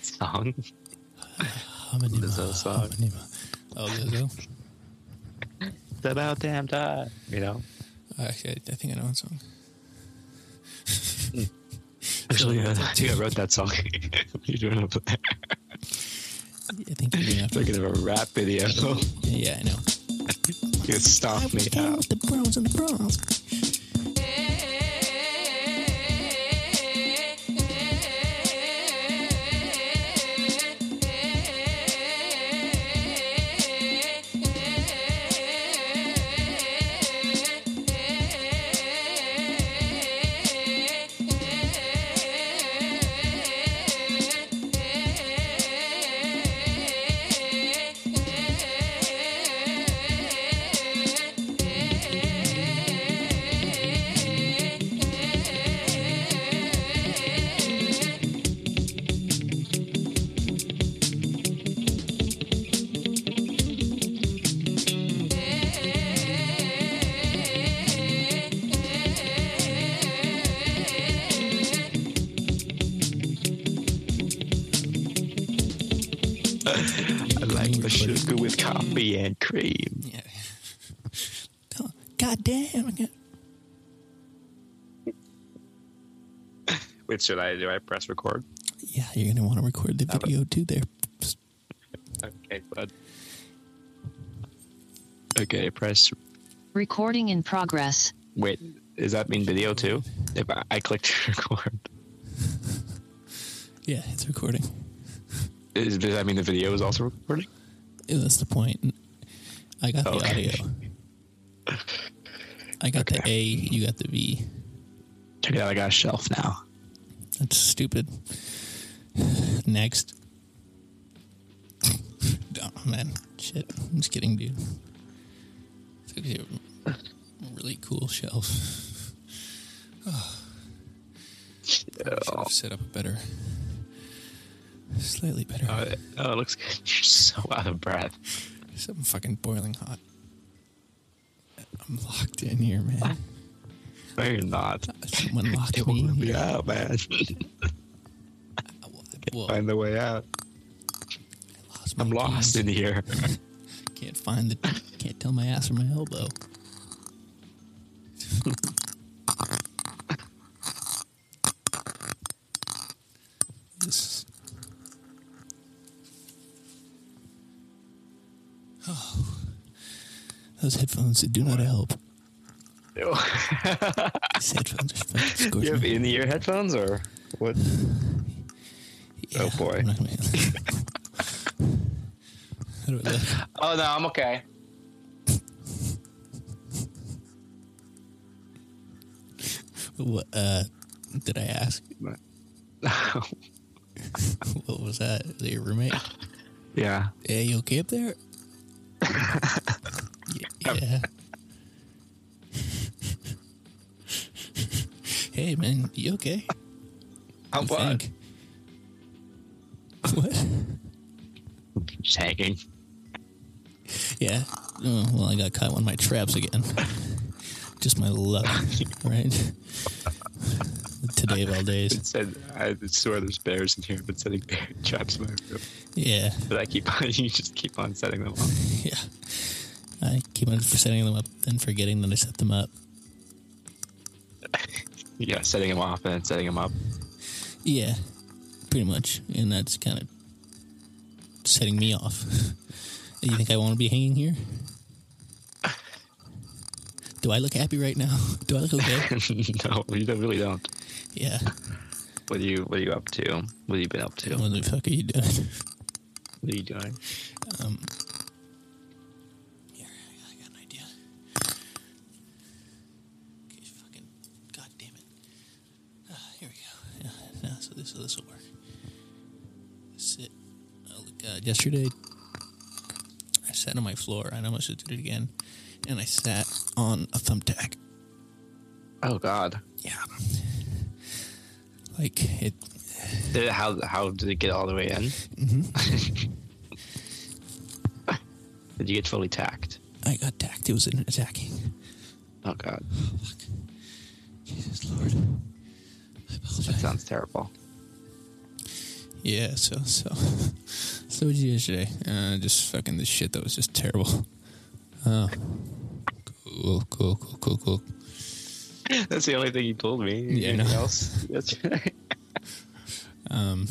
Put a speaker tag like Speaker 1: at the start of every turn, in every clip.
Speaker 1: song.
Speaker 2: Homonima.
Speaker 1: Lizzo song.
Speaker 2: homonima. Oh, Lizzo.
Speaker 1: It's about damn time. You know?
Speaker 2: Actually, I, I think I know that song.
Speaker 1: Actually, uh, I think I wrote that song. You're doing a,
Speaker 2: I think you're gonna have to.
Speaker 1: thinking of a rap video.
Speaker 2: Yeah, I know.
Speaker 1: you stomp me out.
Speaker 2: the Browns and the Browns.
Speaker 1: I like the sugar with coffee and cream.
Speaker 2: Yeah. Oh, God damn. I got-
Speaker 1: Which should I do? I press record.
Speaker 2: Yeah, you're gonna want to record the
Speaker 1: but-
Speaker 2: video too. There. Psst.
Speaker 1: Okay, bud. Okay, press.
Speaker 3: Recording in progress.
Speaker 1: Wait, does that mean video too? If I, I clicked record,
Speaker 2: Yeah, it's recording.
Speaker 1: is, does that mean the video is also recording?
Speaker 2: Yeah, that's the point. I got the
Speaker 1: Oh, Okay.
Speaker 2: audio. I got the A. You got the V.
Speaker 1: Check it out. I got a shelf now.
Speaker 2: That's stupid. Next. oh, man. Shit. I'm just kidding, dude. It's gonna be a really cool shelf. Should have set up a better, slightly better.
Speaker 1: Oh, it- oh, it looks good. You're so out of breath.
Speaker 2: Something fucking boiling hot. I'm locked in here, man.
Speaker 1: No, you're not.
Speaker 2: Someone
Speaker 1: It
Speaker 2: locked me in
Speaker 1: won't be
Speaker 2: here.
Speaker 1: out, man.
Speaker 2: Well, I
Speaker 1: Find the way out.
Speaker 2: lost my
Speaker 1: I'm lost
Speaker 2: keys.
Speaker 1: in here.
Speaker 2: Can't find the. Can't tell my ass from my elbow. this. Oh, those headphones do not help. These headphones are fucking
Speaker 1: Do you
Speaker 2: scorching.
Speaker 1: have in-ear headphones or what? oh, boy.
Speaker 2: I'm not gonna- How do I look?
Speaker 1: Oh no, I'm okay.
Speaker 2: What, uh, did I ask? What was that? Is that your roommate?
Speaker 1: yeah.
Speaker 2: Yeah, you okay up there?
Speaker 1: Oh.
Speaker 2: yeah. hey, man, you okay?
Speaker 1: I'm
Speaker 2: You
Speaker 1: what?
Speaker 2: think? What?
Speaker 1: Just hanging.
Speaker 2: Yeah. Oh, well, I got caught in one of my traps again. Just my luck, right? Today of all
Speaker 1: It
Speaker 2: days.
Speaker 1: said I swear there's bears in here, but setting bear traps in my room.
Speaker 2: Yeah,
Speaker 1: But I keep on you just keep on setting them up.
Speaker 2: yeah. I keep on setting them up, then forgetting that I set them up.
Speaker 1: Yeah, setting them off and setting them up.
Speaker 2: Yeah, pretty much. And that's kind of setting me off. you think I want to be hanging here? Do I look happy right now? Do I look okay?
Speaker 1: no, you don't, really don't.
Speaker 2: yeah.
Speaker 1: What are you What are you up to? What have you been up to? What
Speaker 2: What the fuck are you doing?
Speaker 1: are you doing?
Speaker 2: Here, I got an idea. Okay, fucking, god damn it. Ah, here we go. Yeah, no, so this, so this will work. Sit. Oh, look, uh, yesterday, I sat on my floor, and I almost just did it again, and I sat on a thumbtack.
Speaker 1: Oh God!
Speaker 2: Yeah. Like, it,
Speaker 1: Did it, Uh, how How did it get all the way in?
Speaker 2: Mm-hmm.
Speaker 1: did you get fully tacked?
Speaker 2: I got tacked. It was an attacking.
Speaker 1: Oh God!
Speaker 2: Fuck. Jesus Lord. I apologize.
Speaker 1: That sounds terrible.
Speaker 2: Yeah, so so so what did you do yesterday? Uh, just fucking this shit that was just terrible. Oh, cool, cool, cool, cool, cool.
Speaker 1: That's the only thing you told me.
Speaker 2: Yeah, I know.
Speaker 1: Anything else? That's right.
Speaker 2: Um,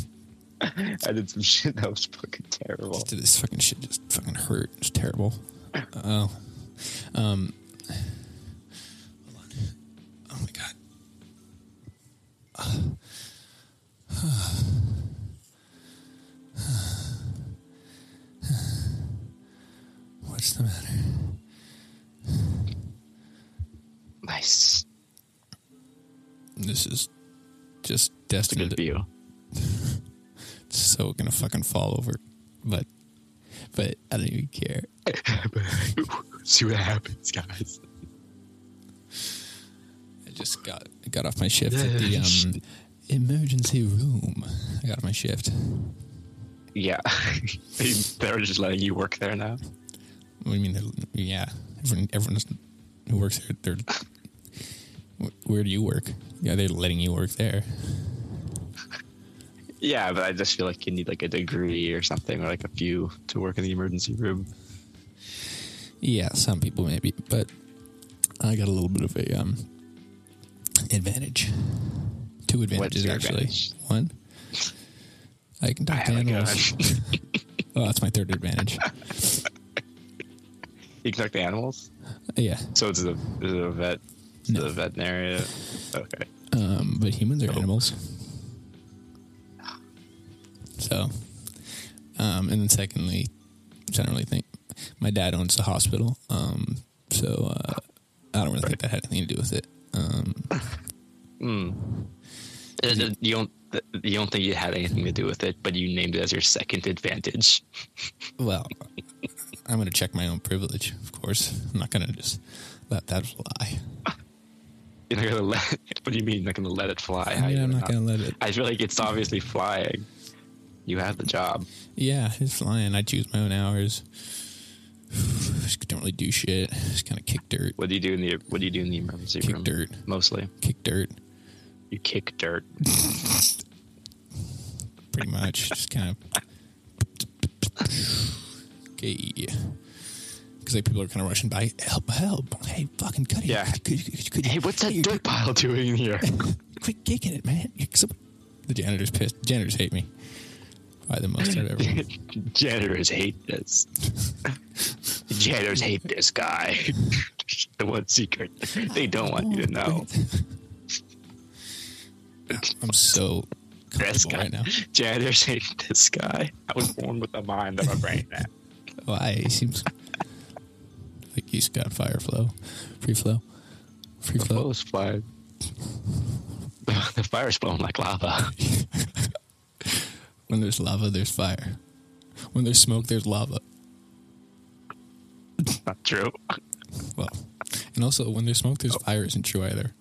Speaker 1: I did some shit that was fucking terrible.
Speaker 2: just did this fucking shit just fucking hurt. It's terrible. Oh, um, hold on. Oh my god. What's the matter?
Speaker 1: Nice.
Speaker 2: This is just
Speaker 1: It's a good
Speaker 2: destined. to-
Speaker 1: view.
Speaker 2: so gonna fucking fall over. But but I don't even care.
Speaker 1: See what happens, guys.
Speaker 2: I just got got off my shift at the um, emergency room. I got off my shift.
Speaker 1: Yeah. They're just letting you work there now.
Speaker 2: What do you mean? they're- Yeah, everyone everyone's who works there. They're Wh- where do you work? Yeah, they're letting you work there.
Speaker 1: Yeah, but I just feel like you need like a degree or something, or like a few to work in the emergency room.
Speaker 2: Yeah, some people maybe, but I got a little bit of a um advantage. Two advantages
Speaker 1: your
Speaker 2: actually.
Speaker 1: advantage?
Speaker 2: One, I can talk to
Speaker 1: Oh my
Speaker 2: animals. oh, that's my third advantage.
Speaker 1: You can talk to animals.
Speaker 2: Yeah,
Speaker 1: So it's a, is it a vet,
Speaker 2: No.
Speaker 1: the veterinary. Okay.
Speaker 2: um, but humans are animals. So, um, and then secondly, which I don't really think my dad owns the hospital. Um, so uh, I don't really think that had anything to do with it. Um,
Speaker 1: It- it- Uh, You don't you don't think you had anything to do with it, but you named it as your second advantage.
Speaker 2: well, I'm going to check my own privilege, of course. I'm not going to just let that fly.
Speaker 1: You're not gonna let. What do you mean? You're not gonna let it fly?
Speaker 2: I
Speaker 1: How
Speaker 2: mean,
Speaker 1: you
Speaker 2: I'm
Speaker 1: gonna
Speaker 2: not going to let it.
Speaker 1: I feel like it's obviously flying. You have the job.
Speaker 2: Yeah, it's flying. I choose my own hours. Just don't really do shit. Just kind of kick dirt,
Speaker 1: What do you do in the What do you do in the emergency
Speaker 2: Kick
Speaker 1: room?
Speaker 2: dirt.
Speaker 1: Mostly,
Speaker 2: kick dirt.
Speaker 1: you kick dirt.
Speaker 2: pretty much. Just kind of. Okay. Because like people are kind of rushing by. Help! Help! Hey, fucking cut it!
Speaker 1: Yeah.
Speaker 2: Could, could, could,
Speaker 1: Hey, what's that
Speaker 2: could-
Speaker 1: dirt pile doing in here?
Speaker 2: Quit kicking it, man! So- The janitor's pissed. The janitors hate me. Probably the most I've ever.
Speaker 1: Janitors hate this. Janitors hate this guy. the one secret they don't want you to know.
Speaker 2: I'm so
Speaker 1: This
Speaker 2: comfortable
Speaker 1: guy.
Speaker 2: right now.
Speaker 1: Janitors hate this guy. I was born with a mind of a brain. that-
Speaker 2: Why? He seems like he's got fire flow, free flow, free
Speaker 1: The
Speaker 2: flow.
Speaker 1: flow's flying. the fire's blowing like lava.
Speaker 2: When there's lava, there's fire. When there's smoke, there's lava.
Speaker 1: Not true.
Speaker 2: Well, and also when there's smoke,
Speaker 1: Oh.
Speaker 2: there's fire. Isn't true either.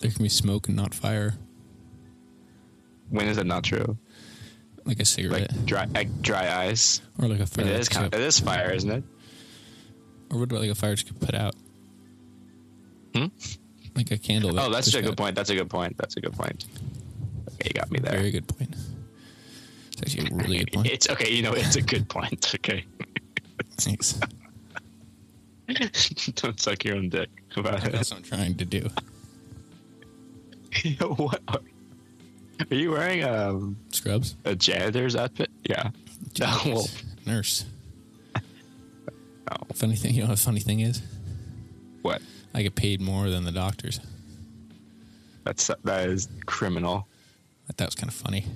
Speaker 2: There can be smoke and not fire,
Speaker 1: When is it not true?
Speaker 2: like a
Speaker 1: Like
Speaker 2: cigarette
Speaker 1: dry, like dry ice.
Speaker 2: or like a
Speaker 1: I
Speaker 2: fire.
Speaker 1: mean, it is
Speaker 2: escape.
Speaker 1: kind of, it is fire, isn't it?
Speaker 2: or what about like a fire escape put out?
Speaker 1: Hmm?
Speaker 2: Like a candle. that
Speaker 1: Oh, that's
Speaker 2: just
Speaker 1: a good
Speaker 2: got-
Speaker 1: point. That's a good point. That's a good point. Okay, you got me there.
Speaker 2: Very good point. It's actually a really good point.
Speaker 1: It's okay. You know, it's a good point. Okay.
Speaker 2: Thanks.
Speaker 1: Don't suck your own dick about it.
Speaker 2: That's what I'm trying to do.
Speaker 1: Yo, what are, are you wearing um,
Speaker 2: Scrubs.
Speaker 1: a janitor's outfit? Yeah. No, Oh, well, Oh.
Speaker 2: Nurse.
Speaker 1: No.
Speaker 2: Funny thing, you know what the funny thing is?
Speaker 1: what?
Speaker 2: I get paid more than the doctors.
Speaker 1: That's that is criminal.
Speaker 2: I thought it was kind of funny.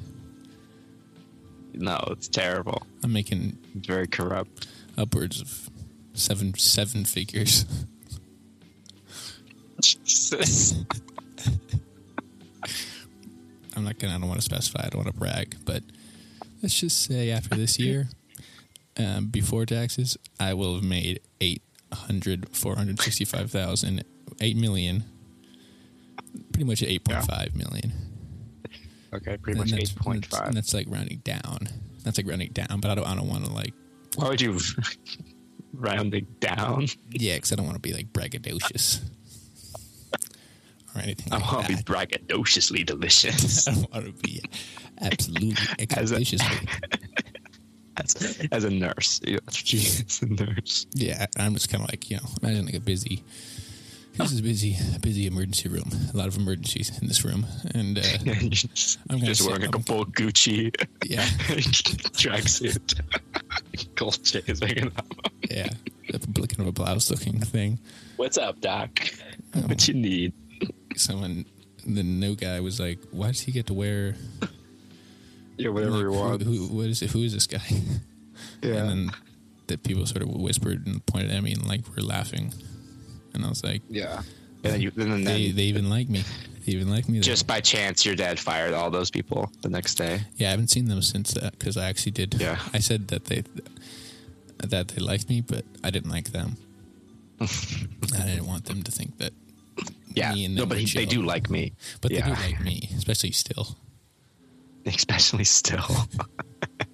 Speaker 1: No, it's terrible.
Speaker 2: I'm making
Speaker 1: It's very corrupt.
Speaker 2: upwards of seven seven figures.
Speaker 1: Jesus.
Speaker 2: I'm not gonna. I don't want to specify. I don't want to brag, but let's just say after this year, um, before taxes, I will have made eight hundred, four hundred sixty-five thousand, eight million, pretty much eight point five million.
Speaker 1: okay, pretty
Speaker 2: And
Speaker 1: much
Speaker 2: that's-
Speaker 1: eight point
Speaker 2: that's- and
Speaker 1: five.
Speaker 2: That's like rounding down. That's like rounding down, but I don't. I don't want to like.
Speaker 1: Why would you round it down?
Speaker 2: Yeah, because I don't want to be like braggadocious. or anything.
Speaker 1: I
Speaker 2: like
Speaker 1: want to Oh, be
Speaker 2: that.
Speaker 1: braggadociously delicious.
Speaker 2: I don't want to be absolutely
Speaker 1: As a-
Speaker 2: expeditious.
Speaker 1: as, as a nurse. Yeah, that's what you as a nurse.
Speaker 2: yeah, I- I'm just kind of like you know, imagine like a busy. This is busy, a busy emergency room. A lot of emergencies in this room, and uh,
Speaker 1: And you're just,
Speaker 2: I'm gonna
Speaker 1: just
Speaker 2: sit-
Speaker 1: wearing like a
Speaker 2: I'm-
Speaker 1: full Gucci
Speaker 2: yeah,
Speaker 1: tracksuit. Gold chain is hanging out.
Speaker 2: yeah, the kind of a blouse-looking thing.
Speaker 1: What's up, Doc?
Speaker 2: Oh.
Speaker 1: What you need?
Speaker 2: Someone, the new guy was like, "Why does he get to wear
Speaker 1: Yeah, whatever you
Speaker 2: Like,
Speaker 1: want.
Speaker 2: Who, who, what is it? Who is this guy?
Speaker 1: yeah.
Speaker 2: And then the people sort of whispered and pointed at me and like were laughing, and I was like,
Speaker 1: yeah. And then, you, and then,
Speaker 2: they, they even like me, they even like me. though.
Speaker 1: just by chance, your dad fired all those people the next day.
Speaker 2: yeah, I haven't seen them since that because I actually did.
Speaker 1: Yeah.
Speaker 2: I said that they that they liked me, but I didn't like them. I didn't want them to think that.
Speaker 1: Yeah.
Speaker 2: Me and
Speaker 1: No,
Speaker 2: them
Speaker 1: but
Speaker 2: were
Speaker 1: he, they
Speaker 2: chill.
Speaker 1: do like me.
Speaker 2: But
Speaker 1: yeah.
Speaker 2: they do like me, especially still.
Speaker 1: Especially still.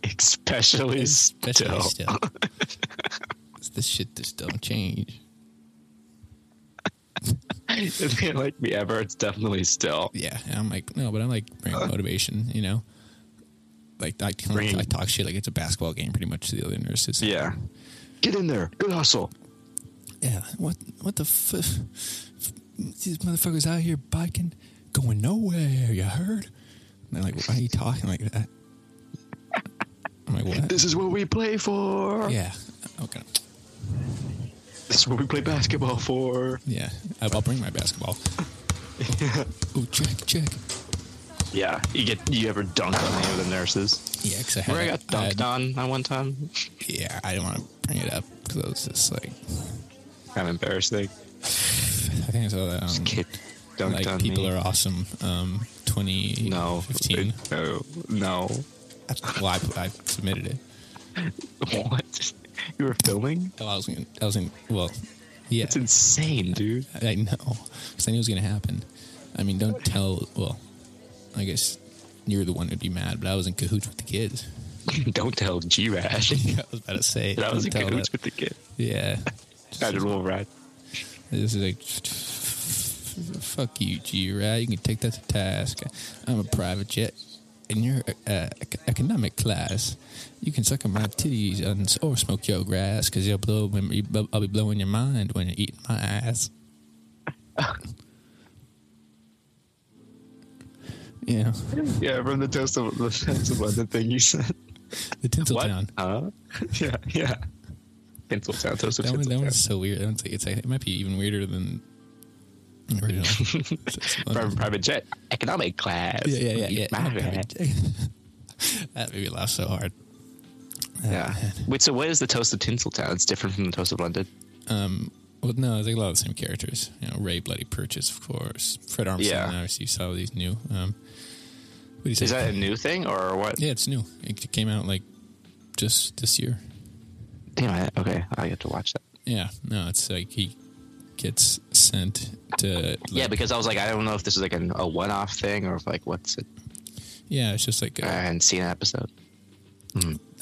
Speaker 1: Especially,
Speaker 2: Especially
Speaker 1: still.
Speaker 2: still. this shit just don't change.
Speaker 1: if they like me ever, it's definitely still.
Speaker 2: yeah. And I'm like, no, but I'm like bringing motivation, you know? Like I, kinda
Speaker 1: Bringing-
Speaker 2: I talk shit like it's a basketball game pretty much to the other nurses.
Speaker 1: Yeah. Get in there. Good hustle.
Speaker 2: Yeah. What what the f- f- these motherfuckers out here biking, going nowhere, you heard? And they're like, Why are you talking like that? I'm like, What?
Speaker 1: This is what we play for.
Speaker 2: yeah. Okay.
Speaker 1: This is what we play basketball for.
Speaker 2: Yeah. I- I'll bring my basketball. oh, check, check.
Speaker 1: Yeah. You get you ever dunk on any of the nurses?
Speaker 2: Yeah, because I had
Speaker 1: Remember I
Speaker 2: a-
Speaker 1: got
Speaker 2: I
Speaker 1: dunked
Speaker 2: had-
Speaker 1: on that one time?
Speaker 2: Yeah, I didn't want to bring it up because I was just like,
Speaker 1: Kind of embarrassing.
Speaker 2: I think I saw that. Um,
Speaker 1: Kid dunked
Speaker 2: like
Speaker 1: on
Speaker 2: people
Speaker 1: me.
Speaker 2: are awesome. Um, twenty
Speaker 1: no.
Speaker 2: fifteen.
Speaker 1: No. No.
Speaker 2: Well, I, I submitted it.
Speaker 1: What? You were filming?
Speaker 2: Oh, I was gonna, I was in. Well, yeah,
Speaker 1: It's insane, dude.
Speaker 2: I I know because I knew it was gonna happen. I mean, don't tell. Well, I guess you're the one who'd be mad, but I was in cahoots with the kids.
Speaker 1: Don't tell G Rash.
Speaker 2: I was about to say.
Speaker 1: That was a
Speaker 2: don't tell
Speaker 1: cahoots with
Speaker 2: that-
Speaker 1: the kid.
Speaker 2: Yeah,
Speaker 1: I did little rat.
Speaker 2: this is like. Fuck you, G. Right? You can take that to task. I'm a private jet. In your uh, ec- economic class, you can suck on my titties and, or smoke your grass because you'll blow. I'll be blowing your mind when you're eating my ass. yeah,
Speaker 1: Yeah, from the toast of the toast of London thing you said.
Speaker 2: the Tinseltown.
Speaker 1: Huh? Yeah, yeah. Tinseltown, toast of
Speaker 2: That one, that one's
Speaker 1: Tinseltown.
Speaker 2: so weird. That one's like, it's like, it might be even weirder than the original.
Speaker 1: Private, private jet, economic class.
Speaker 2: Oh, Yeah, yeah, yeah.
Speaker 1: My
Speaker 2: yeah.
Speaker 1: bad.
Speaker 2: that made me laugh so hard. Uh,
Speaker 1: Yeah. Wait, so what is the toast of Tinseltown? It's different from the toast of London.
Speaker 2: Uh, um, Well, no, it's like a lot of the same characters. You know, Ray Bloody Purchase, of course. Fred Armstrong,
Speaker 1: Yeah.
Speaker 2: obviously, you saw these new. Um, what do you say?
Speaker 1: Is that a new thing or what?
Speaker 2: Yeah, it's new. It came out like just this year.
Speaker 1: Damn it. Okay, I get to watch that.
Speaker 2: Yeah, no, it's like he gets sent to. Like,
Speaker 1: yeah, because I was like, I don't know if this is like an, a one-off thing or if like what's it.
Speaker 2: yeah, it's just like
Speaker 1: I
Speaker 2: uh,
Speaker 1: hadn't seen an episode.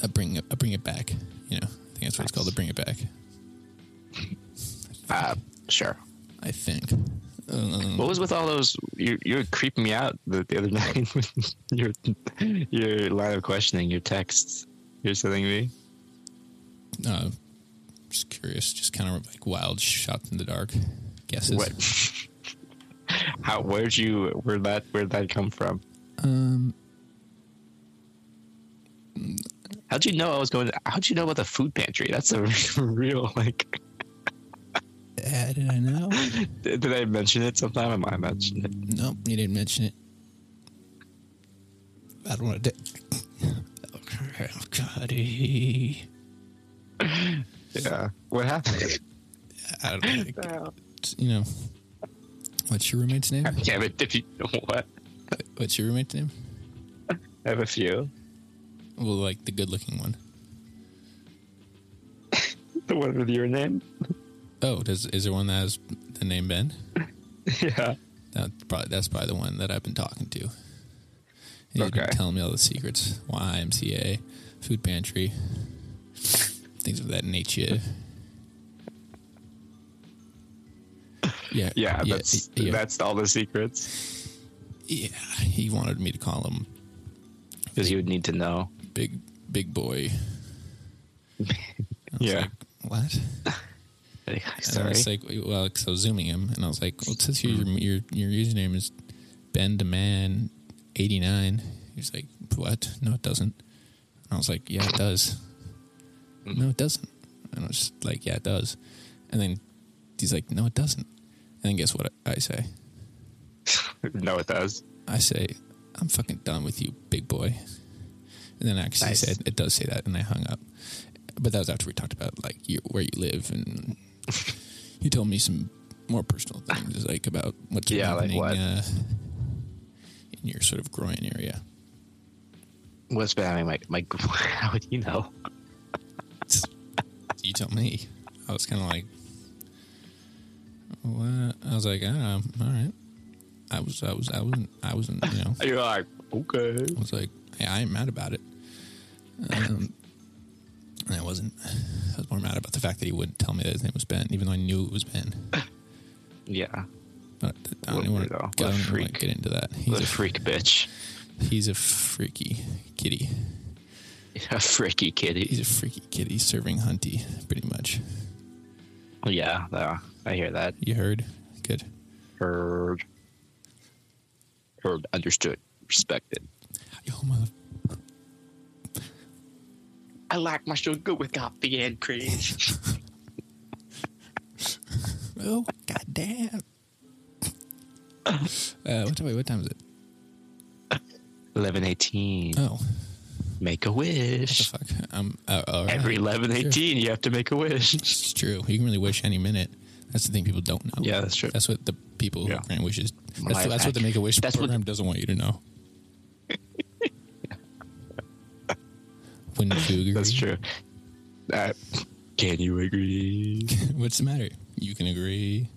Speaker 2: a bring a bring it back. You know, I think that's what it's called. A bring it back.
Speaker 1: Uh, sure.
Speaker 2: I think. Um,
Speaker 1: What was with all those? You you were creeping me out the, the other night with your your line of questioning, your texts. You're sending me.
Speaker 2: uh, just curious, just kind of like wild shots in the dark guesses.
Speaker 1: What? How? Where'd you? Where that? Where'd that come from?
Speaker 2: Um,
Speaker 1: How'd you know I was going? To, how'd you know about the food pantry? That's a real like.
Speaker 2: uh, did I know?
Speaker 1: Did did I mention it sometime? Am I mentioned it?
Speaker 2: nope, you didn't mention it. I don't want to. Oh, God. eh.
Speaker 1: Yeah. What happened?
Speaker 2: I don't know. It's, You know, what's your roommate's name?
Speaker 1: Damn it! If you what?
Speaker 2: What's your roommate's name?
Speaker 1: I have a few.
Speaker 2: Well, like the good-looking one.
Speaker 1: The one with your name.
Speaker 2: Oh, does is there one that has the name Ben?
Speaker 1: Yeah.
Speaker 2: That's probably that's probably the one that I've been talking to. He's
Speaker 1: Okay.
Speaker 2: been telling me all the secrets. YMCA, food pantry, things of that nature. Yeah.
Speaker 1: Yeah, that's
Speaker 2: yeah.
Speaker 1: that's all the secrets
Speaker 2: yeah. He wanted me to call him
Speaker 1: because you would need to know.
Speaker 2: big big boy. I was
Speaker 1: Yeah.
Speaker 2: Like, what?
Speaker 1: Like,
Speaker 2: And I
Speaker 1: Sorry.
Speaker 2: was like, well, because I was zooming him, and I was like, well, it says here your your, your username is Ben Deman eighty nine. He's like, what? No, it doesn't. And I was like, yeah, it does. No, it doesn't. And I was just like, yeah, it does. And then he's like, no, it doesn't. And then guess what I say?
Speaker 1: no, it does.
Speaker 2: I say, I'm fucking done with you, big boy. And then I actually
Speaker 1: Nice.
Speaker 2: said, it does say that, and I hung up. But that was after we talked about like you, where you live, and you told me some more personal things, like about what's
Speaker 1: Yeah, like
Speaker 2: happening
Speaker 1: what?
Speaker 2: Uh, in your sort of groin area.
Speaker 1: What's been happening? My my how would you know?
Speaker 2: You told me. I was kind of like, what? I was like, ah, all right. I was, I was, I wasn't, I wasn't, you know.
Speaker 1: You're like okay.
Speaker 2: I was like, hey, I ain't mad about it. Um, and I wasn't. I was more mad about the fact that he wouldn't tell me that his name was Ben, even though I knew it was Ben.
Speaker 1: Yeah,
Speaker 2: But I don't
Speaker 1: What
Speaker 2: even want
Speaker 1: weirdo. What
Speaker 2: to
Speaker 1: a freak.
Speaker 2: get into that. He's
Speaker 1: the
Speaker 2: a,
Speaker 1: freak bitch.
Speaker 2: he's a freaky kitty.
Speaker 1: A freaky
Speaker 2: He's
Speaker 1: kitty.
Speaker 2: a freaky kitty serving Hunty, pretty much.
Speaker 1: Yeah, yeah, I hear that.
Speaker 2: You heard? Good.
Speaker 1: Heard. Heard. Understood. Respected.
Speaker 2: Yo, mother.
Speaker 1: I like my sugar with coffee and cream.
Speaker 2: Oh, goddamn. uh, what, wait, what time is it?
Speaker 1: Eleven eighteen.
Speaker 2: Oh,
Speaker 1: Make a
Speaker 2: what the
Speaker 1: wish.
Speaker 2: fuck? I'm, uh, all right.
Speaker 1: Every eleven eighteen, you have to make a wish.
Speaker 2: It's true. You can really wish any minute. That's the thing people don't know.
Speaker 1: Yeah, that's true.
Speaker 2: That's what the people
Speaker 1: Yeah.
Speaker 2: who grant wishes. That's,
Speaker 1: Life
Speaker 2: that's what the
Speaker 1: hack.
Speaker 2: Make a Wish
Speaker 1: That's what-
Speaker 2: program doesn't want you to know. Wouldn't you agree?
Speaker 1: That's true. Uh, can you agree?
Speaker 2: What's the matter? You can agree.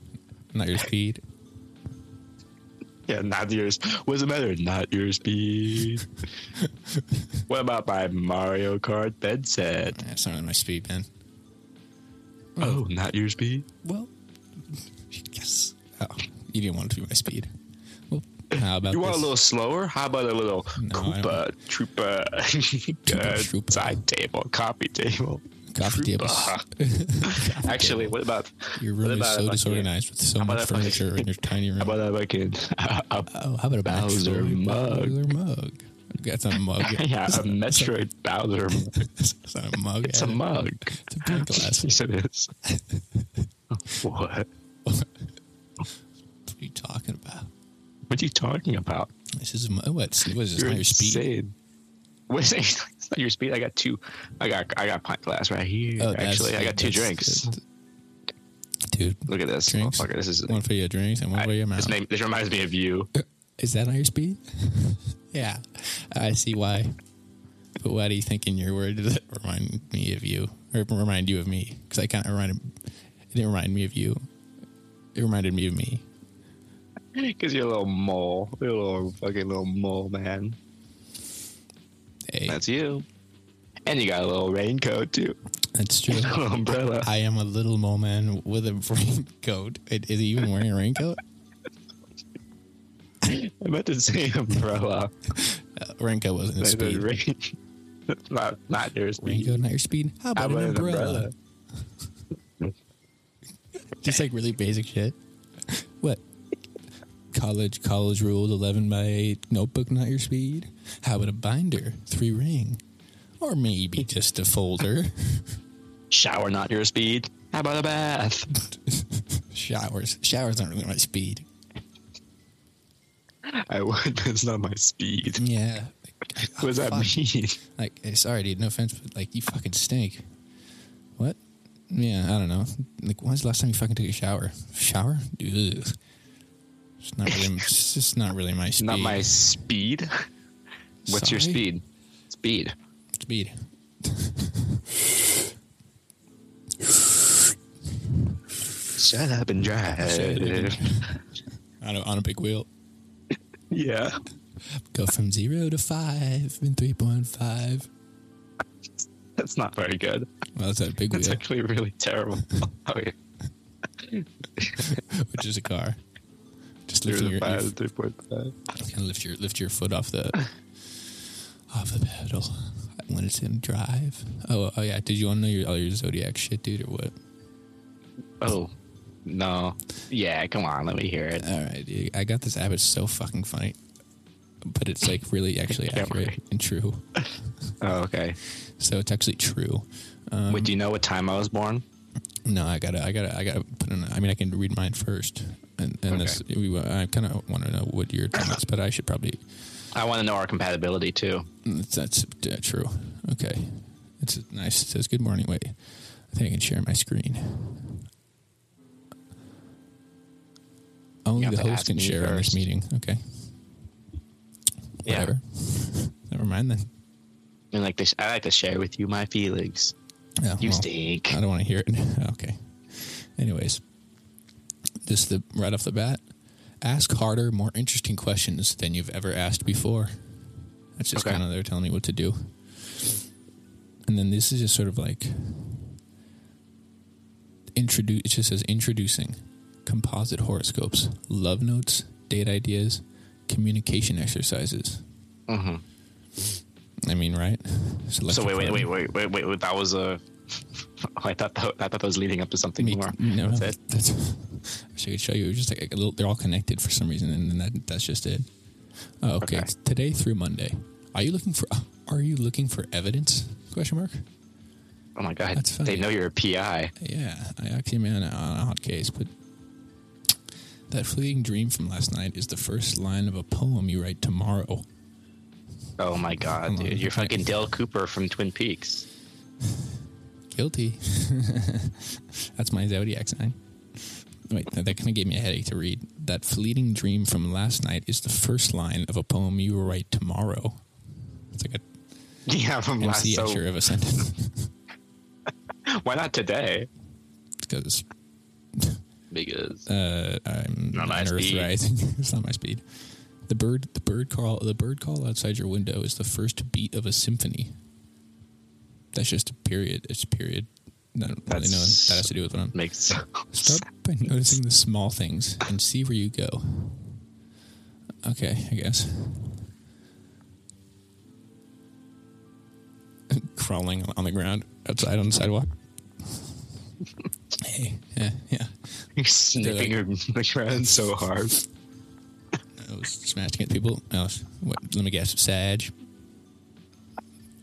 Speaker 2: Not your speed.
Speaker 1: Yeah, not yours. What's the matter? Not your speed. what about my Mario Kart bed set?
Speaker 2: That's not really my speed, man.
Speaker 1: Oh, not your speed?
Speaker 2: Well, yes. Oh, you didn't want it to be my speed. Well, how about
Speaker 1: You want
Speaker 2: this?
Speaker 1: a little slower? How about a little
Speaker 2: No, I
Speaker 1: Koopa Troopa uh,
Speaker 2: Troopa.
Speaker 1: side table, coffee table?
Speaker 2: coffee table?
Speaker 1: Actually, what about
Speaker 2: Your room
Speaker 1: what
Speaker 2: is
Speaker 1: about a
Speaker 2: so
Speaker 1: fucking-
Speaker 2: disorganized with so
Speaker 1: about
Speaker 2: much
Speaker 1: a fucking-
Speaker 2: furniture in your tiny room.
Speaker 1: How about a fucking a,
Speaker 2: Oh, how about a
Speaker 1: Bowser
Speaker 2: backstory?
Speaker 1: mug.
Speaker 2: Bowser mug. That's not a mug.
Speaker 1: yeah, a Metroid Bowser?
Speaker 2: It's not a mug.
Speaker 1: It's a
Speaker 2: Adam.
Speaker 1: mug.
Speaker 2: It's a pint glass.
Speaker 1: yes, it is. what?
Speaker 2: What are you talking about?
Speaker 1: What are you talking about?
Speaker 2: This is a mug. What? It's- What is this? Not your speed.
Speaker 1: insane. What is it? It's not your speed. I got two. I got I got pint glass right here.
Speaker 2: Oh, that's-
Speaker 1: Actually, I got two
Speaker 2: that's-
Speaker 1: drinks.
Speaker 2: Dude,
Speaker 1: Look at this,
Speaker 2: drinks.
Speaker 1: motherfucker. This is
Speaker 2: one for your drinks and one for
Speaker 1: I-
Speaker 2: your
Speaker 1: this,
Speaker 2: mouth.
Speaker 1: name, this reminds me of you.
Speaker 2: Is that on your speed? yeah, I see why. But why do you think in your word does it remind me of you, or remind you of me? Because I kind of reminded. It didn't remind me of you. It reminded me of me.
Speaker 1: Because you're a little mole. You're a little fucking little mole, man.
Speaker 2: Hey,
Speaker 1: That's you. And you got a little raincoat, too.
Speaker 2: that's true.
Speaker 1: A little umbrella.
Speaker 2: I am a little mole man with a raincoat. It- Is he even wearing a raincoat?
Speaker 1: I meant to say umbrella.
Speaker 2: Uh, raincoat wasn't his
Speaker 1: Like the
Speaker 2: speed.
Speaker 1: rain- not, not your speed.
Speaker 2: raincoat, not your speed. How
Speaker 1: How
Speaker 2: about,
Speaker 1: about
Speaker 2: an
Speaker 1: an
Speaker 2: umbrella?
Speaker 1: umbrella?
Speaker 2: Just like really basic shit. What? College, college ruled eleven by eight notebook, not your speed. How about a binder, three ring, or maybe just a folder?
Speaker 1: Shower, not your speed. How about a bath?
Speaker 2: Showers, showers aren't really my speed.
Speaker 1: I would, but it's not my speed.
Speaker 2: Yeah.
Speaker 1: What does that
Speaker 2: Mm, Fuck.
Speaker 1: mean?
Speaker 2: Like, eh, sorry, dude, no offense, but like, you fucking stink. What? Yeah, I don't know. Like, when's the last time you fucking took a shower? Shower? Ugh. It's not really. it's just not really my speed.
Speaker 1: Not my speed. What's your
Speaker 2: Sorry?
Speaker 1: speed? Speed.
Speaker 2: speed.
Speaker 1: Shut up and drive.
Speaker 2: On a, on a big wheel.
Speaker 1: yeah.
Speaker 2: Go from zero to five in three point five.
Speaker 1: That's not very good.
Speaker 2: Well, that's a big
Speaker 1: That's
Speaker 2: wheel.
Speaker 1: actually really terrible. Oh, yeah.
Speaker 2: which is a car. Just
Speaker 1: There's
Speaker 2: lifting
Speaker 1: a
Speaker 2: your,
Speaker 1: five
Speaker 2: your
Speaker 1: to three point five.
Speaker 2: kind of lift your lift your foot off the off the pedal when it's in drive. Oh, oh yeah. Did you want to know your all your zodiac shit, dude, or what?
Speaker 1: Oh no. Yeah, come on, let me hear it.
Speaker 2: All right, dude. I got this app. It's so fucking funny, but it's like really actually
Speaker 1: Can't
Speaker 2: accurate
Speaker 1: wait.
Speaker 2: and true.
Speaker 1: Oh, okay.
Speaker 2: So it's actually true.
Speaker 1: Wait, do you know what time I was born?
Speaker 2: No, I gotta, I gotta, I gotta put in. I mean, I can read mine first, and and this, we, wa- I kind of want to know what your time is, but I should probably.
Speaker 1: I want to know our compatibility too.
Speaker 2: That's, that's uh, true. Okay, it's nice. It says good morning. Wait, I think I can share my screen. Only
Speaker 1: have
Speaker 2: the
Speaker 1: to
Speaker 2: host
Speaker 1: ask
Speaker 2: can
Speaker 1: me
Speaker 2: share on this
Speaker 1: first.
Speaker 2: meeting. Okay.
Speaker 1: Yeah.
Speaker 2: Whatever. Never mind then.
Speaker 1: And like this, I like to share with you my feelings.
Speaker 2: Yeah,
Speaker 1: You
Speaker 2: well,
Speaker 1: stink.
Speaker 2: I don't want to hear it. okay. Anyways, just the right off the bat, ask harder, more interesting questions than you've ever asked before. That's just
Speaker 1: Okay.
Speaker 2: kind of they're telling me what to do. And then this is just sort of like introduce. It just says introducing composite horoscopes, love notes, date ideas, communication exercises. I mean, right?
Speaker 1: Mm-hmm. So
Speaker 2: Selective
Speaker 1: wait, wait,
Speaker 2: learning.
Speaker 1: wait, wait, wait, wait, wait. That was a. I thought that, I thought that was leading up to something
Speaker 2: Me-
Speaker 1: more.
Speaker 2: No,
Speaker 1: That's
Speaker 2: no,
Speaker 1: it.
Speaker 2: that's. I wish I could show you. It was Just like a little, they're all connected for some reason, and then that, that's just it. Oh,
Speaker 1: Okay.
Speaker 2: okay. It's today through Monday. Are you looking for? uh, Are you looking for evidence? Question mark.
Speaker 1: Oh my god,
Speaker 2: That's funny.
Speaker 1: they know you're a PI.
Speaker 2: Yeah, I actually am on a, on a hot case, but that fleeting dream from last night is the first line of a poem you write tomorrow.
Speaker 1: Oh my god,
Speaker 2: Come on.
Speaker 1: dude, you're fucking Dale Cooper from Twin Peaks.
Speaker 2: Guilty. That's my zodiac sign. Wait, that, that kind of gave me a headache to read. That fleeting dream from last night is the first line of a poem you will write tomorrow. It's like a
Speaker 1: Yeah, from last.
Speaker 2: MC
Speaker 1: So
Speaker 2: Escher of a sentence.
Speaker 1: why not today?
Speaker 2: Because
Speaker 1: Because
Speaker 2: uh, I'm
Speaker 1: Not my
Speaker 2: not
Speaker 1: speed.
Speaker 2: rising. it's not my speed. The bird, the bird call, the bird call outside your window is the first beat of a symphony. That's just a period. It's a period. I don't really know what
Speaker 1: That's-
Speaker 2: that has to do with what I'm
Speaker 1: makes.
Speaker 2: Start by noticing the small things and see where you go. Okay, I guess. Crawling on the ground outside on the sidewalk. hey, yeah, yeah.
Speaker 1: You're snipping your around so hard.
Speaker 2: I was smashing at people. I was, what, let me guess, Sag.